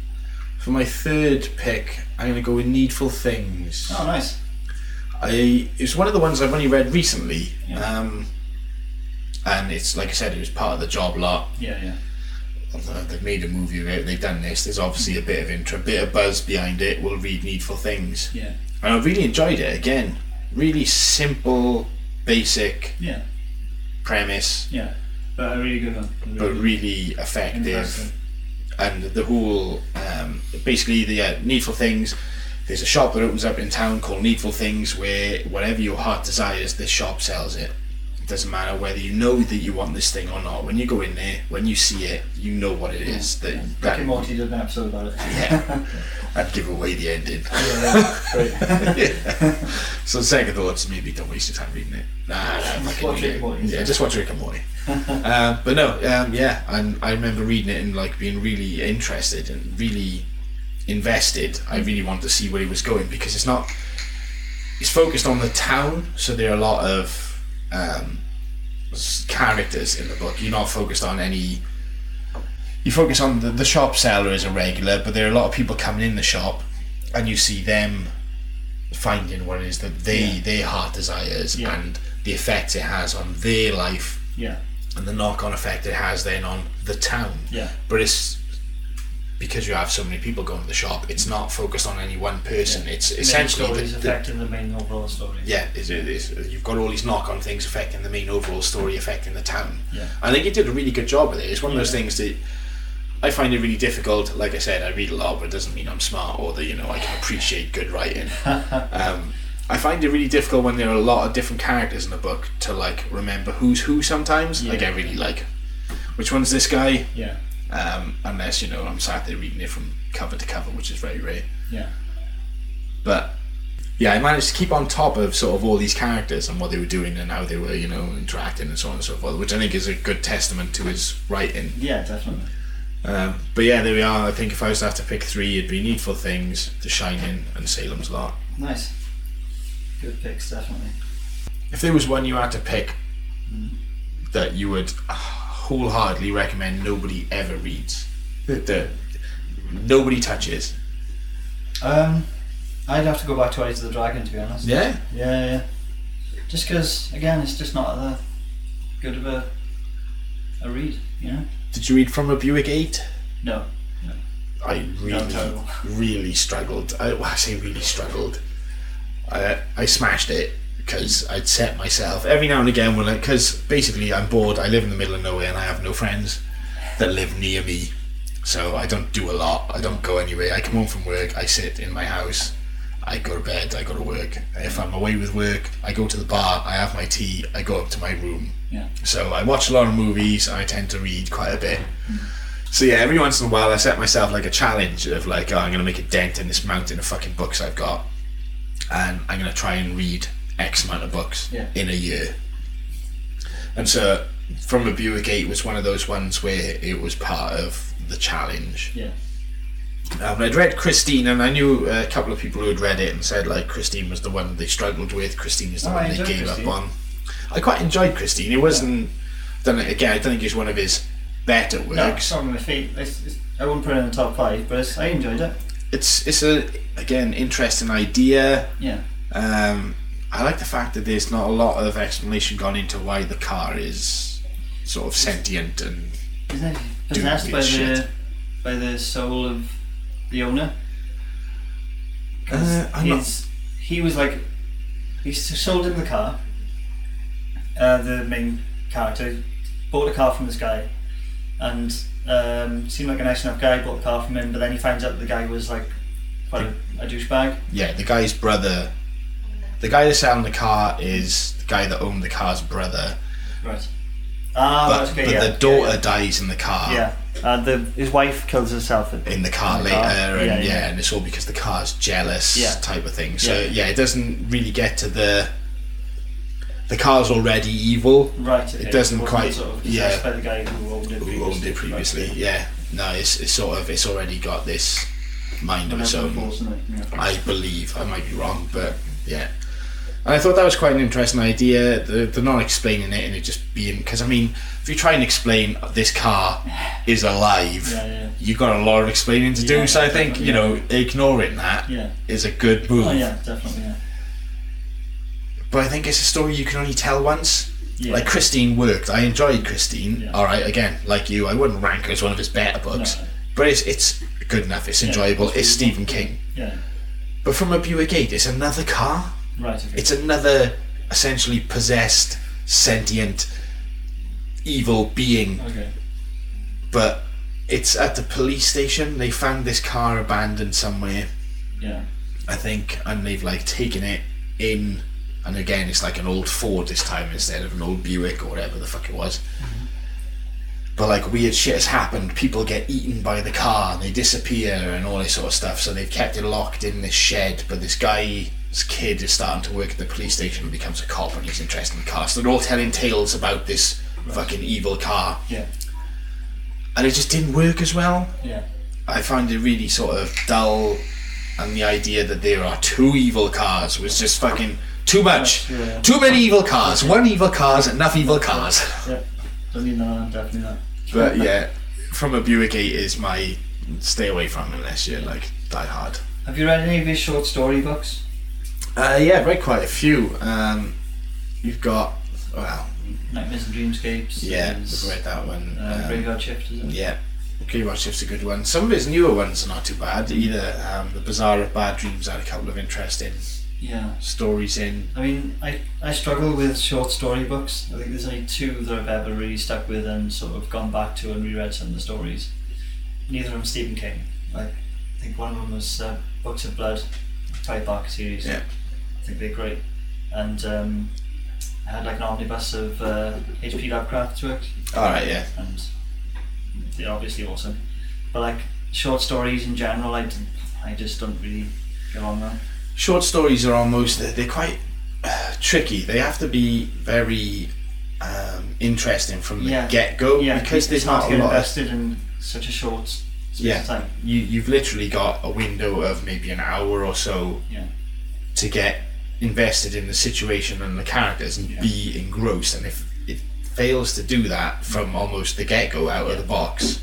for my third pick. I'm going to go with Needful Things. Oh, nice. I it's one of the ones I've only read recently, Yeah. um, and it's like I said, it was part of the job lot. Yeah, yeah. Although They've made a movie of it. They've done this. There's obviously a bit of intro, bit of buzz behind it. We'll read Needful Things, Yeah. and I really enjoyed it. Again, really simple, basic Yeah. premise, Yeah. But a really good one. A but Really really effective. impressive. And the whole, um, basically, the uh, Needful Things. There's a shop that opens up in town called Needful Things, where whatever your heart desires, this shop sells it. It doesn't matter whether you know that you want this thing or not. When you go in there, when you see it, you know what it is. That, Rick and that Morty did an episode about it. yeah, I'd give away the ending. yeah, great. Yeah. So second thoughts, maybe don't waste your time reading it. Nah, nah Just fucking watch read Rick and Morty. Yeah, just watch Rick and Morty. uh, but no, um, yeah, and I remember reading it and like being really interested and really invested. I really wanted to see where he was going because it's not. It's focused on the town, so there are a lot of um, s- characters in the book. You're not focused on any. You focus on the, the shop seller as a regular, but there are a lot of people coming in the shop, and you see them finding what it is that they their heart desires Yeah. and the effect it has on their life yeah, and the knock-on effect it has then on the town. yeah, But it's because you have so many people going to the shop, it's not focused on any one person. It's essentially main the, stories the- affecting the main overall story. yeah, it's, it's, you've got all these knock-on things affecting the main overall story, affecting the town. Yeah. I think he did a really good job with it. It's one of those Yeah. things that I find it really difficult. Like I said, I read a lot, but it doesn't mean I'm smart or that you know I can appreciate good writing. um, I find it really difficult when there are a lot of different characters in a book to like remember who's who. Sometimes, like Yeah. I really like which one's this guy, yeah, um, unless you know I'm sat there reading it from cover to cover, which is very rare. yeah. But yeah, I managed to keep on top of sort of all these characters and what they were doing and how they were, you know, interacting and so on and so forth, which I think is a good testament to his writing. Yeah, definitely. Um, but yeah, there we are. I think if I was to have to pick three, it'd be Needful Things, The Shining, and Salem's Lot. Nice. Good picks, definitely. If there was one you had to pick that you would wholeheartedly recommend nobody ever reads, that that nobody touches. Um, I'd have to go back to Eyes of the Dragon to be honest. Yeah? Yeah, yeah. Just because, again, it's just not that good of a a read, you know? Did you read From a Buick 8? No. I Not really, terrible. really struggled. I, well, I say really struggled. I, I smashed it because I'd set myself every now and again when, because basically I'm bored. I live in the middle of nowhere and I have no friends that live near me, so I don't do a lot. I don't go anywhere. I come home from work. I sit in my house. I go to bed. I go to work. If I'm away with work, I go to the bar. I have my tea. I go up to my room. Yeah. So I watch a lot of movies. I tend to read quite a bit. So yeah, every once in a while, I set myself like a challenge of like, oh, I'm gonna make a dent in this mountain of fucking books I've got, and I'm gonna try and read X amount of books Yeah. in a year. And so, from a Buick Eight was one of those ones where it was part of the challenge. Yeah. Um, I'd read Christine, and I knew a couple of people who had read it and said like Christine was the one they struggled with. Christine is the Oh, one I they enjoyed gave Christine. up on. I quite enjoyed Christine. It wasn't. I don't know, again, I don't think it's one of his better No, works. it's not on my feet. It's, it's, I wouldn't put it in the top five, but it's, I enjoyed it. it's it's a again interesting idea. Yeah. Um, I like the fact that there's not a lot of explanation gone into why the car is sort of sentient and Isn't it possessed by weird shit. the by the soul of the owner? 'Cause Uh, I'm not- he's- He was like, he s- sold him the car, uh, the main character, bought a car from this guy, and um, seemed like a nice enough guy. Bought a car from him, but then he finds out the guy was like quite a, a douchebag. Yeah, the guy's brother. The guy that's selling the car is the guy that owned the car's brother, Right. Ah, but, that's okay. but yeah. the daughter dies in the car. Yeah. yeah. Uh, the his wife kills herself. At, In the car In the later, car. and Yeah, yeah, yeah. and it's all because the car's jealous, Yeah. type of thing. So Yeah. yeah. it doesn't really get to the. The car's already evil. right. Okay. doesn't Wasn't quite- Sort of yeah. possessed By the guy who owned it who previously. owned it previously. Right. Yeah, no, it's, it's sort of it's already got this mind of its Whenever own. it falls in it, yeah. I believe I might be wrong, but yeah. And I thought that was quite an interesting idea. The, the not explaining it and it just being because I mean, if you try and explain this car is alive, Yeah, yeah. you got a lot of explaining to Yeah, do. So I think definitely, you know ignoring that is Yeah. a good move. Oh yeah, definitely. Yeah. But I think it's a story you can only tell once. Yeah. Like Christine worked. I enjoyed Christine. Yeah. All right, again, like you, I wouldn't rank her as one of his better books, No. but it's it's good enough. It's enjoyable. It's, Stephen King. yeah. But from a Buick Gate, it's another car. Right. Okay. It's another essentially possessed, sentient, evil being. okay. But it's at the police station. They found this car abandoned somewhere. Yeah. I think, and they've like taken it in, and again, it's like an old Ford this time instead of an old Buick or whatever the fuck it was. But like weird shit has happened. People get eaten by the car, and they disappear, and all this sort of stuff. So they've kept it locked in this shed. But this guy's kid is starting to work at the police station and becomes a cop, and he's interested in cars. So they're all telling tales about this fucking evil car, Yeah. and it just didn't work as well. Yeah. I found it really sort of dull, and the idea that there are two evil cars was just fucking too much. Yeah, yeah. Too many evil cars. One evil car's enough evil cars. Yeah. Don't need that. Definitely not. But yeah, from a Buick 8 is my stay away from unless you're like die hard. Have you read any of his short story books? Uh, yeah, I've read quite a few. Um, you've got well, Nightmares and Dreamscapes. yeah, is, I've read that one. Uh, um, Graveyard Shift, is it? Yeah. Graveyard Shift's a good one. Some of his newer ones are not too bad either. Um, the Bazaar of Bad Dreams had a couple of interesting Yeah. stories in. I mean, I, I struggle with short story books. I think there's only two that I've ever really stuck with and sort of gone back to and reread some of the stories. Neither of them Stephen King. Like, I think one of them was uh, Books of Blood, Ty Barker series. Yeah. I think they're great. And um, I had like an omnibus of uh, H.P. Lovecraft's works. All right, yeah. and they're obviously awesome. But like short stories in general, I, d- I just don't really get on them. Short stories are almost they're, they're quite uh, tricky. They have to be very um, interesting from the Yeah. get go Yeah, because it's there's hard not to a get lot. Of, invested in such a short space Yeah. of time. you you've literally got a window of maybe an hour or so Yeah. to get invested in the situation and the characters and Yeah. be engrossed. And if it fails to do that from almost the get go out of the box,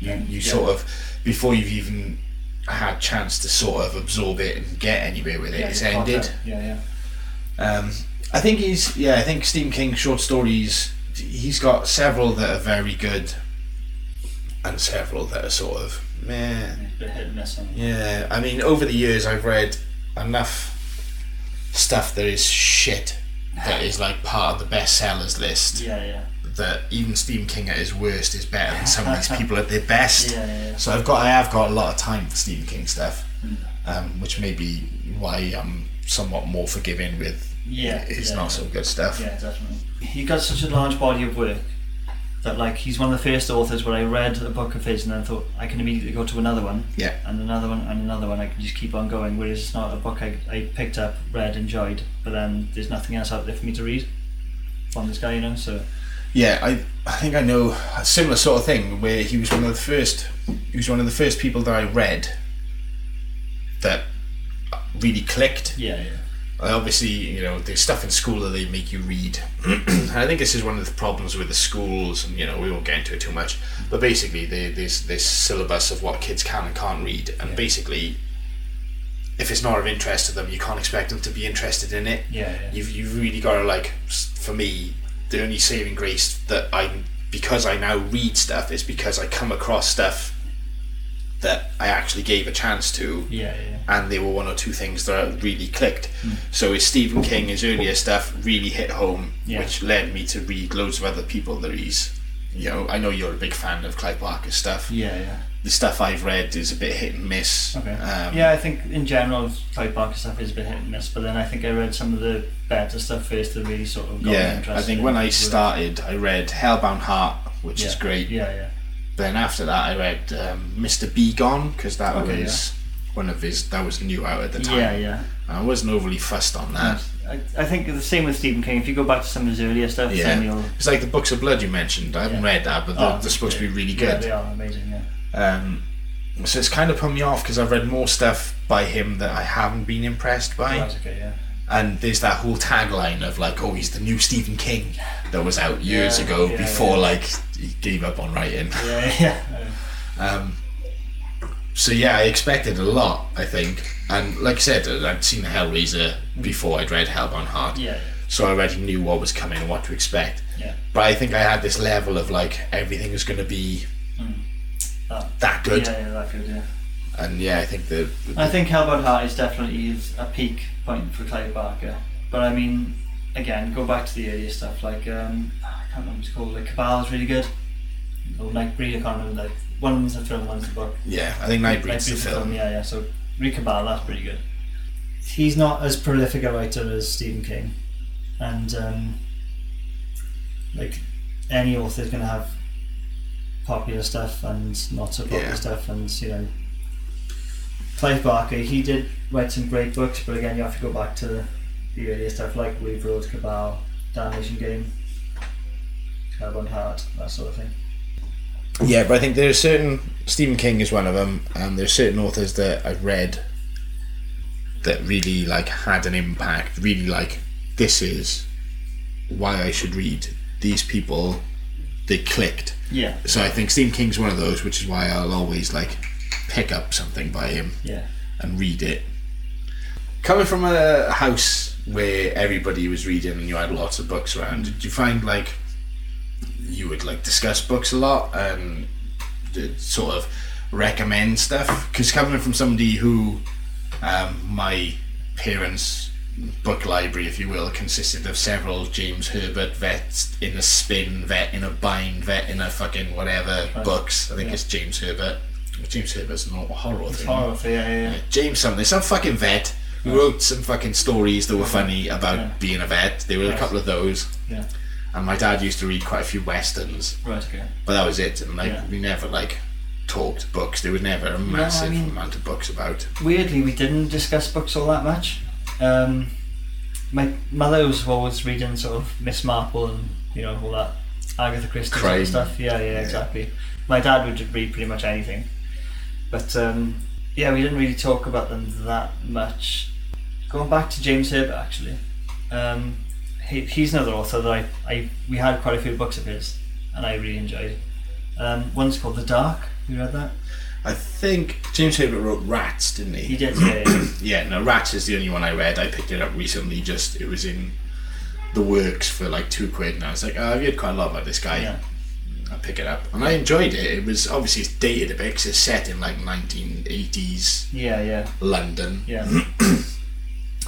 you you Yeah. sort of before you've even had chance to sort of absorb it and get anywhere with it, Yeah, it's hard ended. to- Yeah, yeah. Um, I think he's yeah. I think Stephen King short stories. He's got several that are very good, and several that are sort of meh. It's a bit hit and miss on Yeah, I mean, over the years I've read enough stuff that is shit that is like part of the bestsellers list. Yeah, yeah. That even Stephen King at his worst is better than some of these people at their best. Yeah, yeah, Hmm. yeah. So I've got I have got a lot of time for Stephen King stuff, um, which may be why I'm somewhat more forgiving with Yeah, his yeah, not so good stuff. Yeah, definitely. He got such a large body of work that like he's one of the first authors where I read a book of his and then thought I can immediately go to another one. Yeah. and another one and another one. I can just keep on going. Whereas it's not a book I, I picked up, read, enjoyed, but then there's nothing else out there for me to read from this guy, you know. So Yeah, I I think I know a similar sort of thing where he was one of the first he was one of the first people that I read that really clicked. yeah, yeah, I obviously, you know, there's stuff in school that they make you read. and I think this is one of the problems with the schools and you know, we won't get into it too much. But basically there there's this syllabus of what kids can and can't read and basically if it's not of interest to them, you can't expect them to be interested in it yeah, yeah, you've, you've really got to like s- for me the only saving grace that i because i now read stuff is because i come across stuff that I actually gave a chance to, Yeah, yeah. and there were one or two things that really clicked. Hmm. So his Stephen King, his earlier stuff really hit home, Yeah. which led me to read loads of other people that he's. You know, I know you're a big fan of Clive Barker's stuff. Yeah, yeah. The stuff I've read is a bit hit and miss. Okay. Um, yeah, I think in general, Clive Barker stuff is a bit hit and miss, but then I think I read some of the better stuff first that really sort of got me Yeah, interested. I think in when it. I started, I read Hellbound Heart, which yeah. is great. Yeah, yeah. Then after that, I read um, Mr. Begon because that Okay, was one of his. That was new out at the time. Um, Yeah, yeah. I wasn't overly fussed on that. I, I think the same with Stephen King. If you go back to some of his earlier stuff, Yeah. then you'll. It's like the books of blood you mentioned. I haven't Yeah. read that, but Oh, they're, they're supposed to be really Yeah, good. they are amazing. Yeah. Um, so it's kind of put me off because I've read more stuff by him that I haven't been impressed by. That's okay. Yeah. And there's that whole tagline of like, "Oh, he's the new Stephen King," that was out years Yeah, ago yeah, before yeah. like he gave up on writing. Yeah, yeah. Um, so yeah, I expected a lot. I think, and like I said, uh, I'd seen Hellraiser before I'd read Hellbound Heart, Yeah. so I already knew what was coming and what to expect. Yeah. But I think I had this level of like everything is going to be That- that good, Yeah, yeah, that good, yeah. and yeah, I think the, the- I think Hellbound Heart is definitely is a peak point for Clive Barker. But I mean, again, go back to the earlier stuff, like, um, I can't remember what it's called, like Cabal's really good. Or Nightbreed, I can't remember, like, one of them's the film, one's the book. yeah, I think Nightbreed's Nightbreed's the film. Yeah, yeah, so read Cabal, that's pretty good. He's not as prolific a writer as Stephen King, and um, like any author's going to have popular stuff and not so popular Yeah. stuff, and you know, Clive Barker he did write some great books, but again you have to go back to the, the earlier stuff like Weave Road, Cabal, Damnation Game, Carbon Heart, that sort of thing. Yeah, but I think there are certain Stephen King is one of them, and there are certain authors that I've read that really like had an impact. Really like this is why I should read these people. They clicked, Yeah, so I think Stephen King's one of those, which is why I'll always like pick up something by him yeah. and read it. Coming from a house where everybody was reading and you had lots of books around, did you find like you would like discuss books a lot and did sort of recommend stuff? Because coming from somebody who um, my parents' book library, if you will, consisted of several James Herbert vets in a spin, vet in a bind, vet in a fucking whatever books. I think it's James Herbert. James Herbert's not a horror thing. Horror, yeah, yeah, yeah. James something, some fucking vet who wrote some fucking stories that were funny about Yeah. being a vet. There were a Right. couple of those, yeah. and my dad used to read quite a few westerns, Right, okay. but that was it. And like Yeah. we never like talked books. There was never a massive mean- amount of books about. weirdly we didn't discuss books all that much um, my mother was always reading sort of miss marple and you know all that agatha christie sort Crime. of stuff yeah, yeah exactly my dad would read pretty much anything but um, yeah we didn't really talk about them that much going back to james herbert actually um, he, he's another author that I, I we had quite a few books of his and i really enjoyed um, one's called the dark you read that I think James Herbert wrote Rats, didn't he did yeah, yeah. Yeah, no, Rats is the only one I read. I picked it up recently. Just it was in the works for like two quid, and I was like, oh, I've read quite a lot about this guy. Yeah. I pick it up, and I enjoyed it. It was obviously it's dated a bit 'cause it's set in like 1980s yeah yeah London, yeah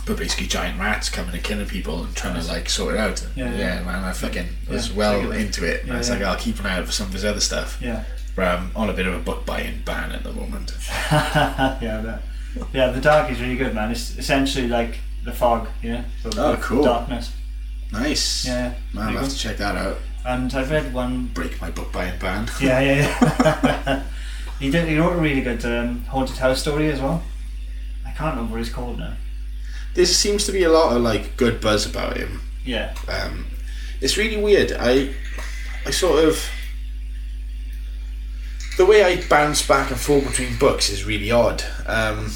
but basically giant rats coming and killing people and trying to like sort it out. Yeah, yeah. man, I fucking was Yeah, well regular. into it. And I Yeah, was like, yeah. I'll keep an eye out for some of his other stuff. yeah But I'm on a bit of a book buying ban at the moment. yeah, that, yeah. The dark is really good, man. It's essentially like the fog, you know. So the Oh, cool. Darkness. Nice, Yeah, man, I'll pretty have to good. check that out. And I've read one. Break my book buying ban. Yeah, yeah, yeah. he did. He wrote a really good um, haunted house story as well. I can't remember what it's called now. there seems to be a lot of like good buzz about him. Yeah, Um, it's really weird. I I sort of the way I bounce back and forth between books is really odd. Um,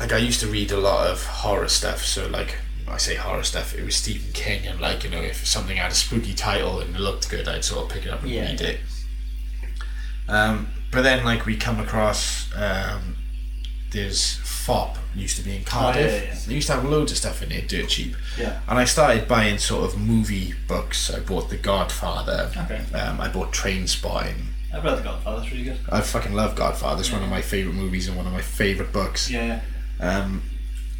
like I used to read a lot of horror stuff, so like I say horror stuff, it was Stephen King, and like you know if something had a spooky title and it looked good, I'd sort of pick it up and Yeah. read it. Um, but then like we come across um, there's FOP used to be in Cardiff. Oh, yeah. They used to have loads of stuff in there, dirt cheap. yeah. And I started buying sort of movie books. I bought The Godfather. Okay. Um, I bought Train Spotting. I've read The Godfather, that's really good. I fucking love Godfather. It's one of my favorite movies and one of my favorite books. Yeah, yeah. Um,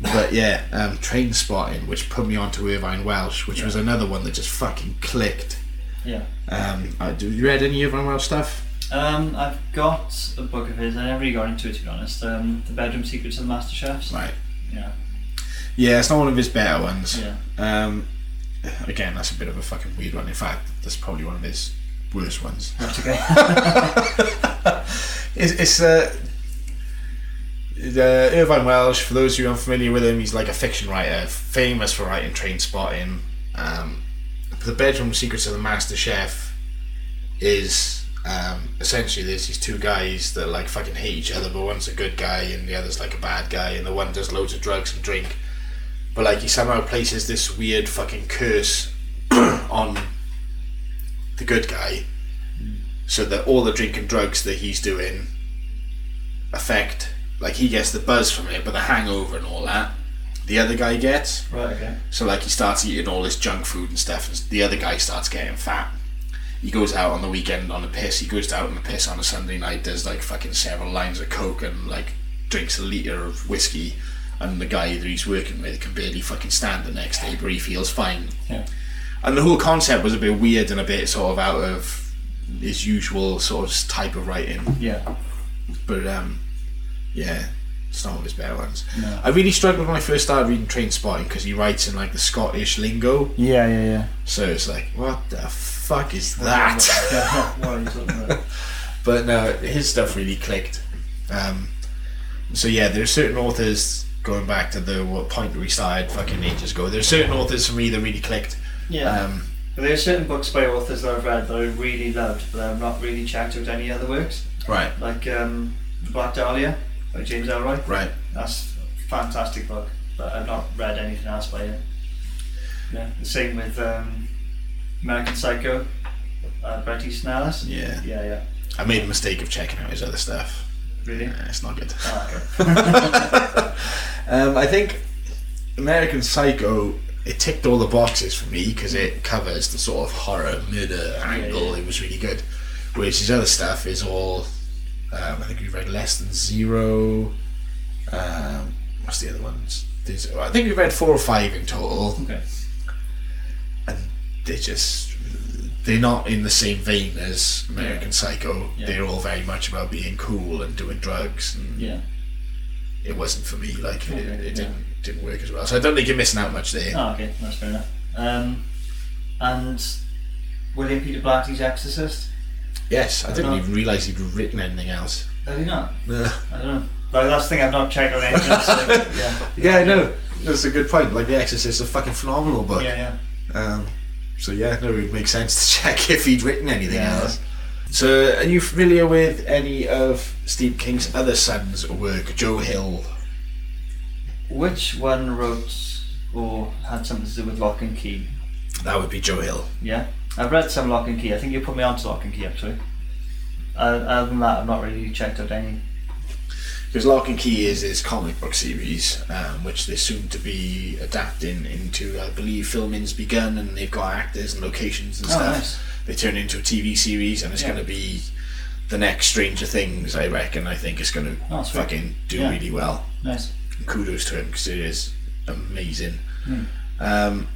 but yeah, um, Train Spotting, which put me onto Irvine Welsh, which was another one that just fucking clicked. yeah. Um, I, do you read any Irvine Welsh stuff? Um, I've got a book of his. I never really got into it to be honest. Um, the Bedroom Secrets of the Master Chefs. Right. Yeah, Yeah, it's not one of his better ones. yeah, Um, again, that's a bit of a fucking weird one. In fact, that's probably one of his worst ones. that's okay. It's, it's uh, the Irvine Welsh. For those who aren't familiar with him, he's like a fiction writer, famous for writing Train Spotting. Um, the Bedroom Secrets of the Master Chef is um, essentially there's these two guys that like fucking hate each other, but one's a good guy and the other's like a bad guy, and the one does loads of drugs and drink. But like he somehow places this weird fucking curse on the good guy so that all the drink and drugs that he's doing affect like he gets the buzz from it but the hangover and all that the other guy gets right, okay. so like he starts eating all this junk food and stuff and the other guy starts getting fat he goes out on the weekend on a piss he goes out on a piss on a sunday night does like fucking several lines of coke and like drinks a litre of whiskey and the guy that he's working with can barely fucking stand the next day but he feels fine Yeah, and the whole concept was a bit weird and a bit sort of out of his usual sort of type of writing. yeah. But um, yeah, it's not one of his better ones. No. I really struggled when I first started reading Train Spotting because he writes in like the Scottish lingo, Yeah, yeah, yeah. so it's like, what the fuck is that? what are you talking about? but no, his stuff really clicked. Um, so yeah, there are certain authors going back to the what point we started fucking ages ago. There are certain authors for me that really clicked. Yeah. Um, but there are certain books by authors that I've read that I really loved, but I've not really checked out any other works. right, Like um, The Black Dahlia by James Elroy. right. That's a fantastic book, but I've not read anything else by him. Yeah. The same with um, American Psycho, uh, Bret Easton Ellis. Yeah. Yeah, yeah. I made a mistake of checking out his other stuff. Really? Nah, it's not good. Ah, okay. um, I think American Psycho it ticked all the boxes for me because it covers the sort of horror murder angle. It was really good. Whereas his other stuff is all um, I think we've read less than zero. Um, what's the other ones? There's, I think we've read four or five in total. okay. They just they're not in the same vein as American Yeah. Psycho. Yeah. They're all very much about being cool and doing drugs and Yeah. it wasn't for me. Like it, Okay, it yeah. didn't didn't work as well. So I don't think you're missing out much there. Oh, okay. That's fair enough. Um, and William Peter Blatty's Exorcist? Yes, I didn't Uh-huh. even realise he'd written anything else. Have you not? Yeah, I don't know. Like, that's the thing I've not checked out anything else. Like, yeah. yeah, no, that's a good point. Like The Exorcist is a fucking phenomenal book. Yeah, yeah. Um, so yeah, no, it would make sense to check if he'd written anything Yeah. else. So, are you familiar with any of Steve King's other sons' work? Joe Hill. Which one wrote or had something to do with Lock and Key? That would be Joe Hill. Yeah, I've read some Lock and Key. I think you put me onto Lock and Key actually. Uh, other than that, I've not really checked out any. Because Lock and Key is his comic book series, um, which they're soon to be adapting into, I believe, filming's begun and they've got actors and locations and Oh, stuff. nice. They turn it into a TV series and it's Yeah. going to be the next Stranger Things, I reckon. I think it's going to Oh, sweet. fucking do Yeah. really well. Nice. And kudos to him because it is amazing. Hmm. Um,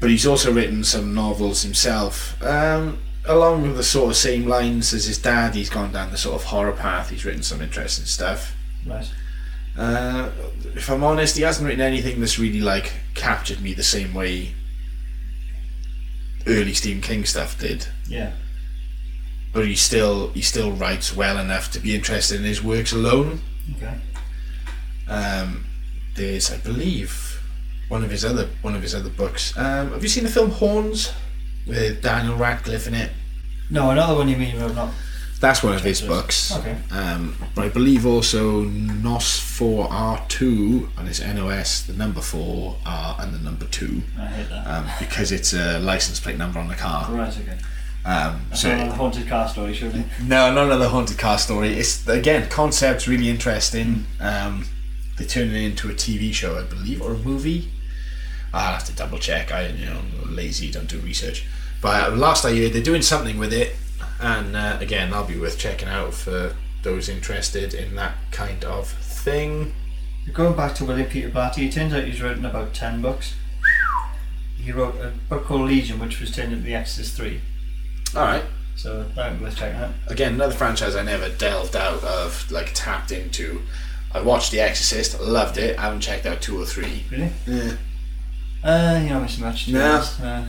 but he's also written some novels himself. Um, along with the sort of same lines as his dad, he's gone down the sort of horror path. He's written some interesting stuff. Right. Uh, if I'm honest, he hasn't written anything that's really like captured me the same way early Stephen King stuff did. Yeah. But he still he still writes well enough to be interested in his works alone. Okay. Um, there's, I believe, one of his other one of his other books. Um, have you seen the film Horns with Daniel Radcliffe in it? No, another one you mean I've not. That's one of his books. Okay. Um, but I believe also Nos 4R2, and it's NOS, the number 4R and the number 2, I hate that. um, because it's a license plate number on the car. right. Okay. Um, That's so another haunted car story, surely. no, not another haunted car story. It's again concept's really interesting. Um, they turn it into a TV show, I believe, or a movie. I'll have to uh, double check. I you know I'm lazy, don't do research. But last I heard, they're doing something with it. And uh, again, that'll be worth checking out for those interested in that kind of thing. Going back to William Peter Blatty, it turns out he's written about 10 books. He wrote a book called Legion, which was turned into The Exorcist 3. All right. So that was worth checking out. Again, another franchise I never delved out of, like tapped into. I watched The Exorcist, loved it. haven't checked out two or three. Really? Yeah. Uh, you're not missing much. to be No. honest. Uh,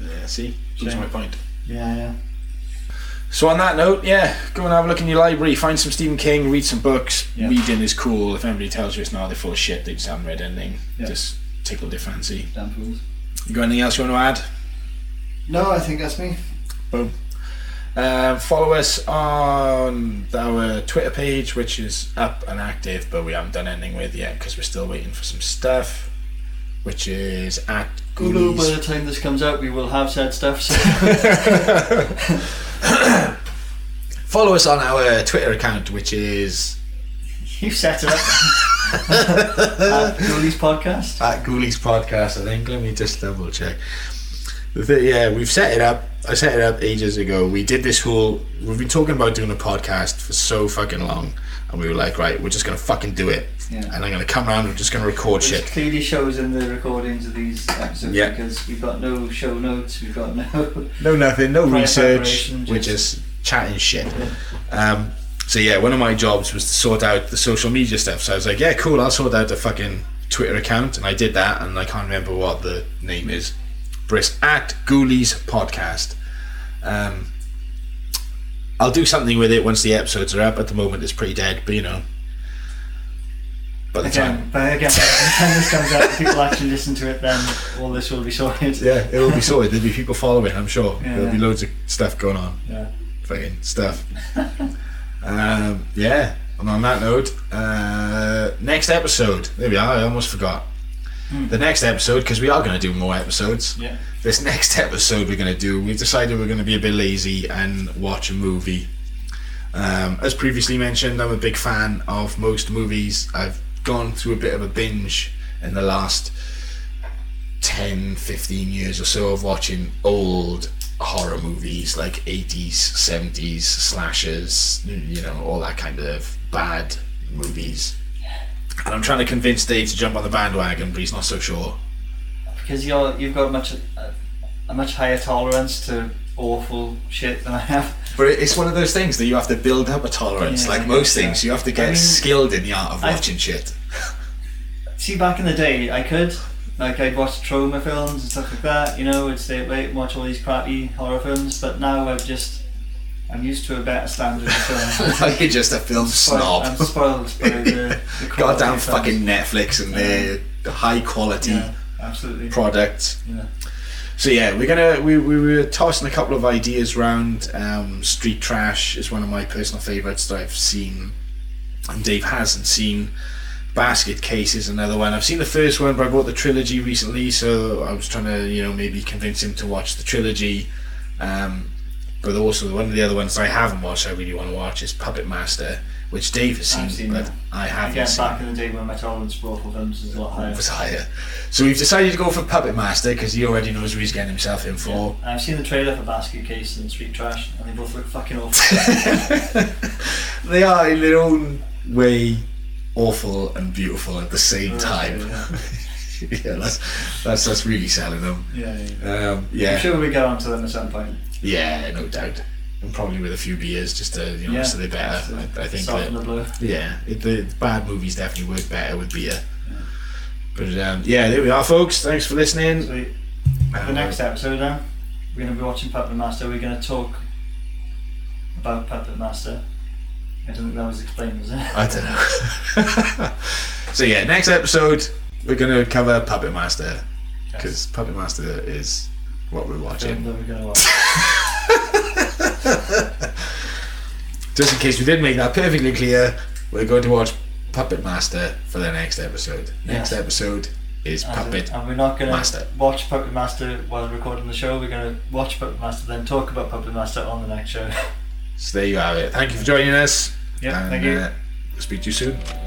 Yeah. See, that's Shame. my point. yeah, yeah. So on that note, yeah, go and have a look in your library, find some Stephen King, read some books. Yeah. Reading is cool. If anybody tells you it's not, they're full of shit. They just haven't read anything. Yeah. Just tickle their fancy. Damn fools. You got anything else you want to add? No, I think that's me. Uh, follow us on our Twitter page, which is up and active, but we haven't done anything with yet because we're still waiting for some stuff, which is at Although by Ghoulies. the time this comes out, we will have said stuff. So. Follow us on our Twitter account, which is you set it up. At Goodies Podcast. at Ghoulies Podcast. I think. Let me just double check. The thi- yeah, we've set it up. I set it up ages ago. We did this whole. We've been talking about doing a podcast for so fucking long, and we were like, right, we're just gonna fucking do it. Yeah. And I'm gonna come around. We're just gonna record Which shit. clearly shows in the recordings of these episodes Yeah. because we've got no show notes, we've got no. No nothing, no Prior research. preparation, We're just- just chatting shit. Um, so yeah, one of my jobs was to sort out the social media stuff. So I was like, yeah, cool, I'll sort out the fucking Twitter account, and I did that, and I can't remember what the name is. Brisk at Ghoulies Podcast. Um, I'll do something with it once the episodes are up. At the moment, it's pretty dead, but you know. By the time, Again, but again, by the time this comes out, if people actually listen to it, then all this will be sorted. yeah, it will be sorted. There'll be people following. I'm sure. Yeah. There'll be loads of stuff going on. Yeah. fucking stuff. um, yeah, and on that note, uh, next episode. There we are, I almost forgot. The next episode, because we are going to do more episodes. Yeah. This next episode we're going to do, we've decided we're going to be a bit lazy and watch a movie. Um, as previously mentioned, I'm a big fan of most movies. I've gone through a bit of a binge in the last 10 15 years or so of watching old horror movies like 80s 70s slashers you know all that kind of bad movies and i'm trying to convince dave to jump on the bandwagon but he's not so sure Because you're, you've got much a, a much higher tolerance to awful shit than I have. but it- it's one of those things that you have to build up a tolerance Yeah, I like most guess so. things you have to get I mean, skilled in the art of I- watching shit See, back in the day, I could. Like, I'd watch trauma films and stuff like that, you know, I'd stay awake and watch all these crappy horror films, but now I've just. I'm used to a better standard of film. like you're just a film I'm snob spoiled by the, the quality goddamn of films. fucking netflix and their high quality Yeah, absolutely. product yeah. So yeah, we're gonna we, we were tossing a couple of ideas round. Um, Street Trash is one of my personal favourites that I've seen, and Dave hasn't seen. Basket Case is another one. I've seen the first one, but I bought the trilogy recently, so I was trying to you know maybe convince him to watch the trilogy. Um, but also one of the other ones I haven't watched, I really want to watch is Puppet Master, which Dave has seen, I've seen but that. I haven't Again, seen. back in the day when my tolerance for awful films was a lot higher. Was higher, so we've decided to go for Puppet Master because he already knows who he's getting himself in for. And I've seen the trailer for Basket Case and Street Trash, and they both look fucking awful. they are in their own way awful and beautiful at the same time. Oh, Yeah, yeah, that's that's that's really selling them. yeah, yeah. Um, I'm yeah, sure we get onto them at some point. yeah, no doubt. And probably with a few beers, just to you know, Yeah. so they're better. Absolutely. I, I think Soften that the blow. yeah, it, the bad movies definitely work better with beer. But um, yeah, there we are, folks. Thanks for listening. So the Um, next episode, then, we're going to be watching Puppet Master. We're going to talk about Puppet Master. I don't think that was explained, was it? I don't know. so yeah, next episode we're gonna cover Puppet Master because Puppet Master is what we're watching. Film that we're going to watch. Just in case we didn't make that perfectly clear, we're going to watch Puppet Master for the next episode. Next Yeah. episode is And- uh, Puppet. and we're not going Master. to watch Puppet Master while recording the show. We're going to watch Puppet Master, then talk about Puppet Master on the next show. So there you have it. Thank you for joining us. yeah, and, thank you. uh, speak to you soon.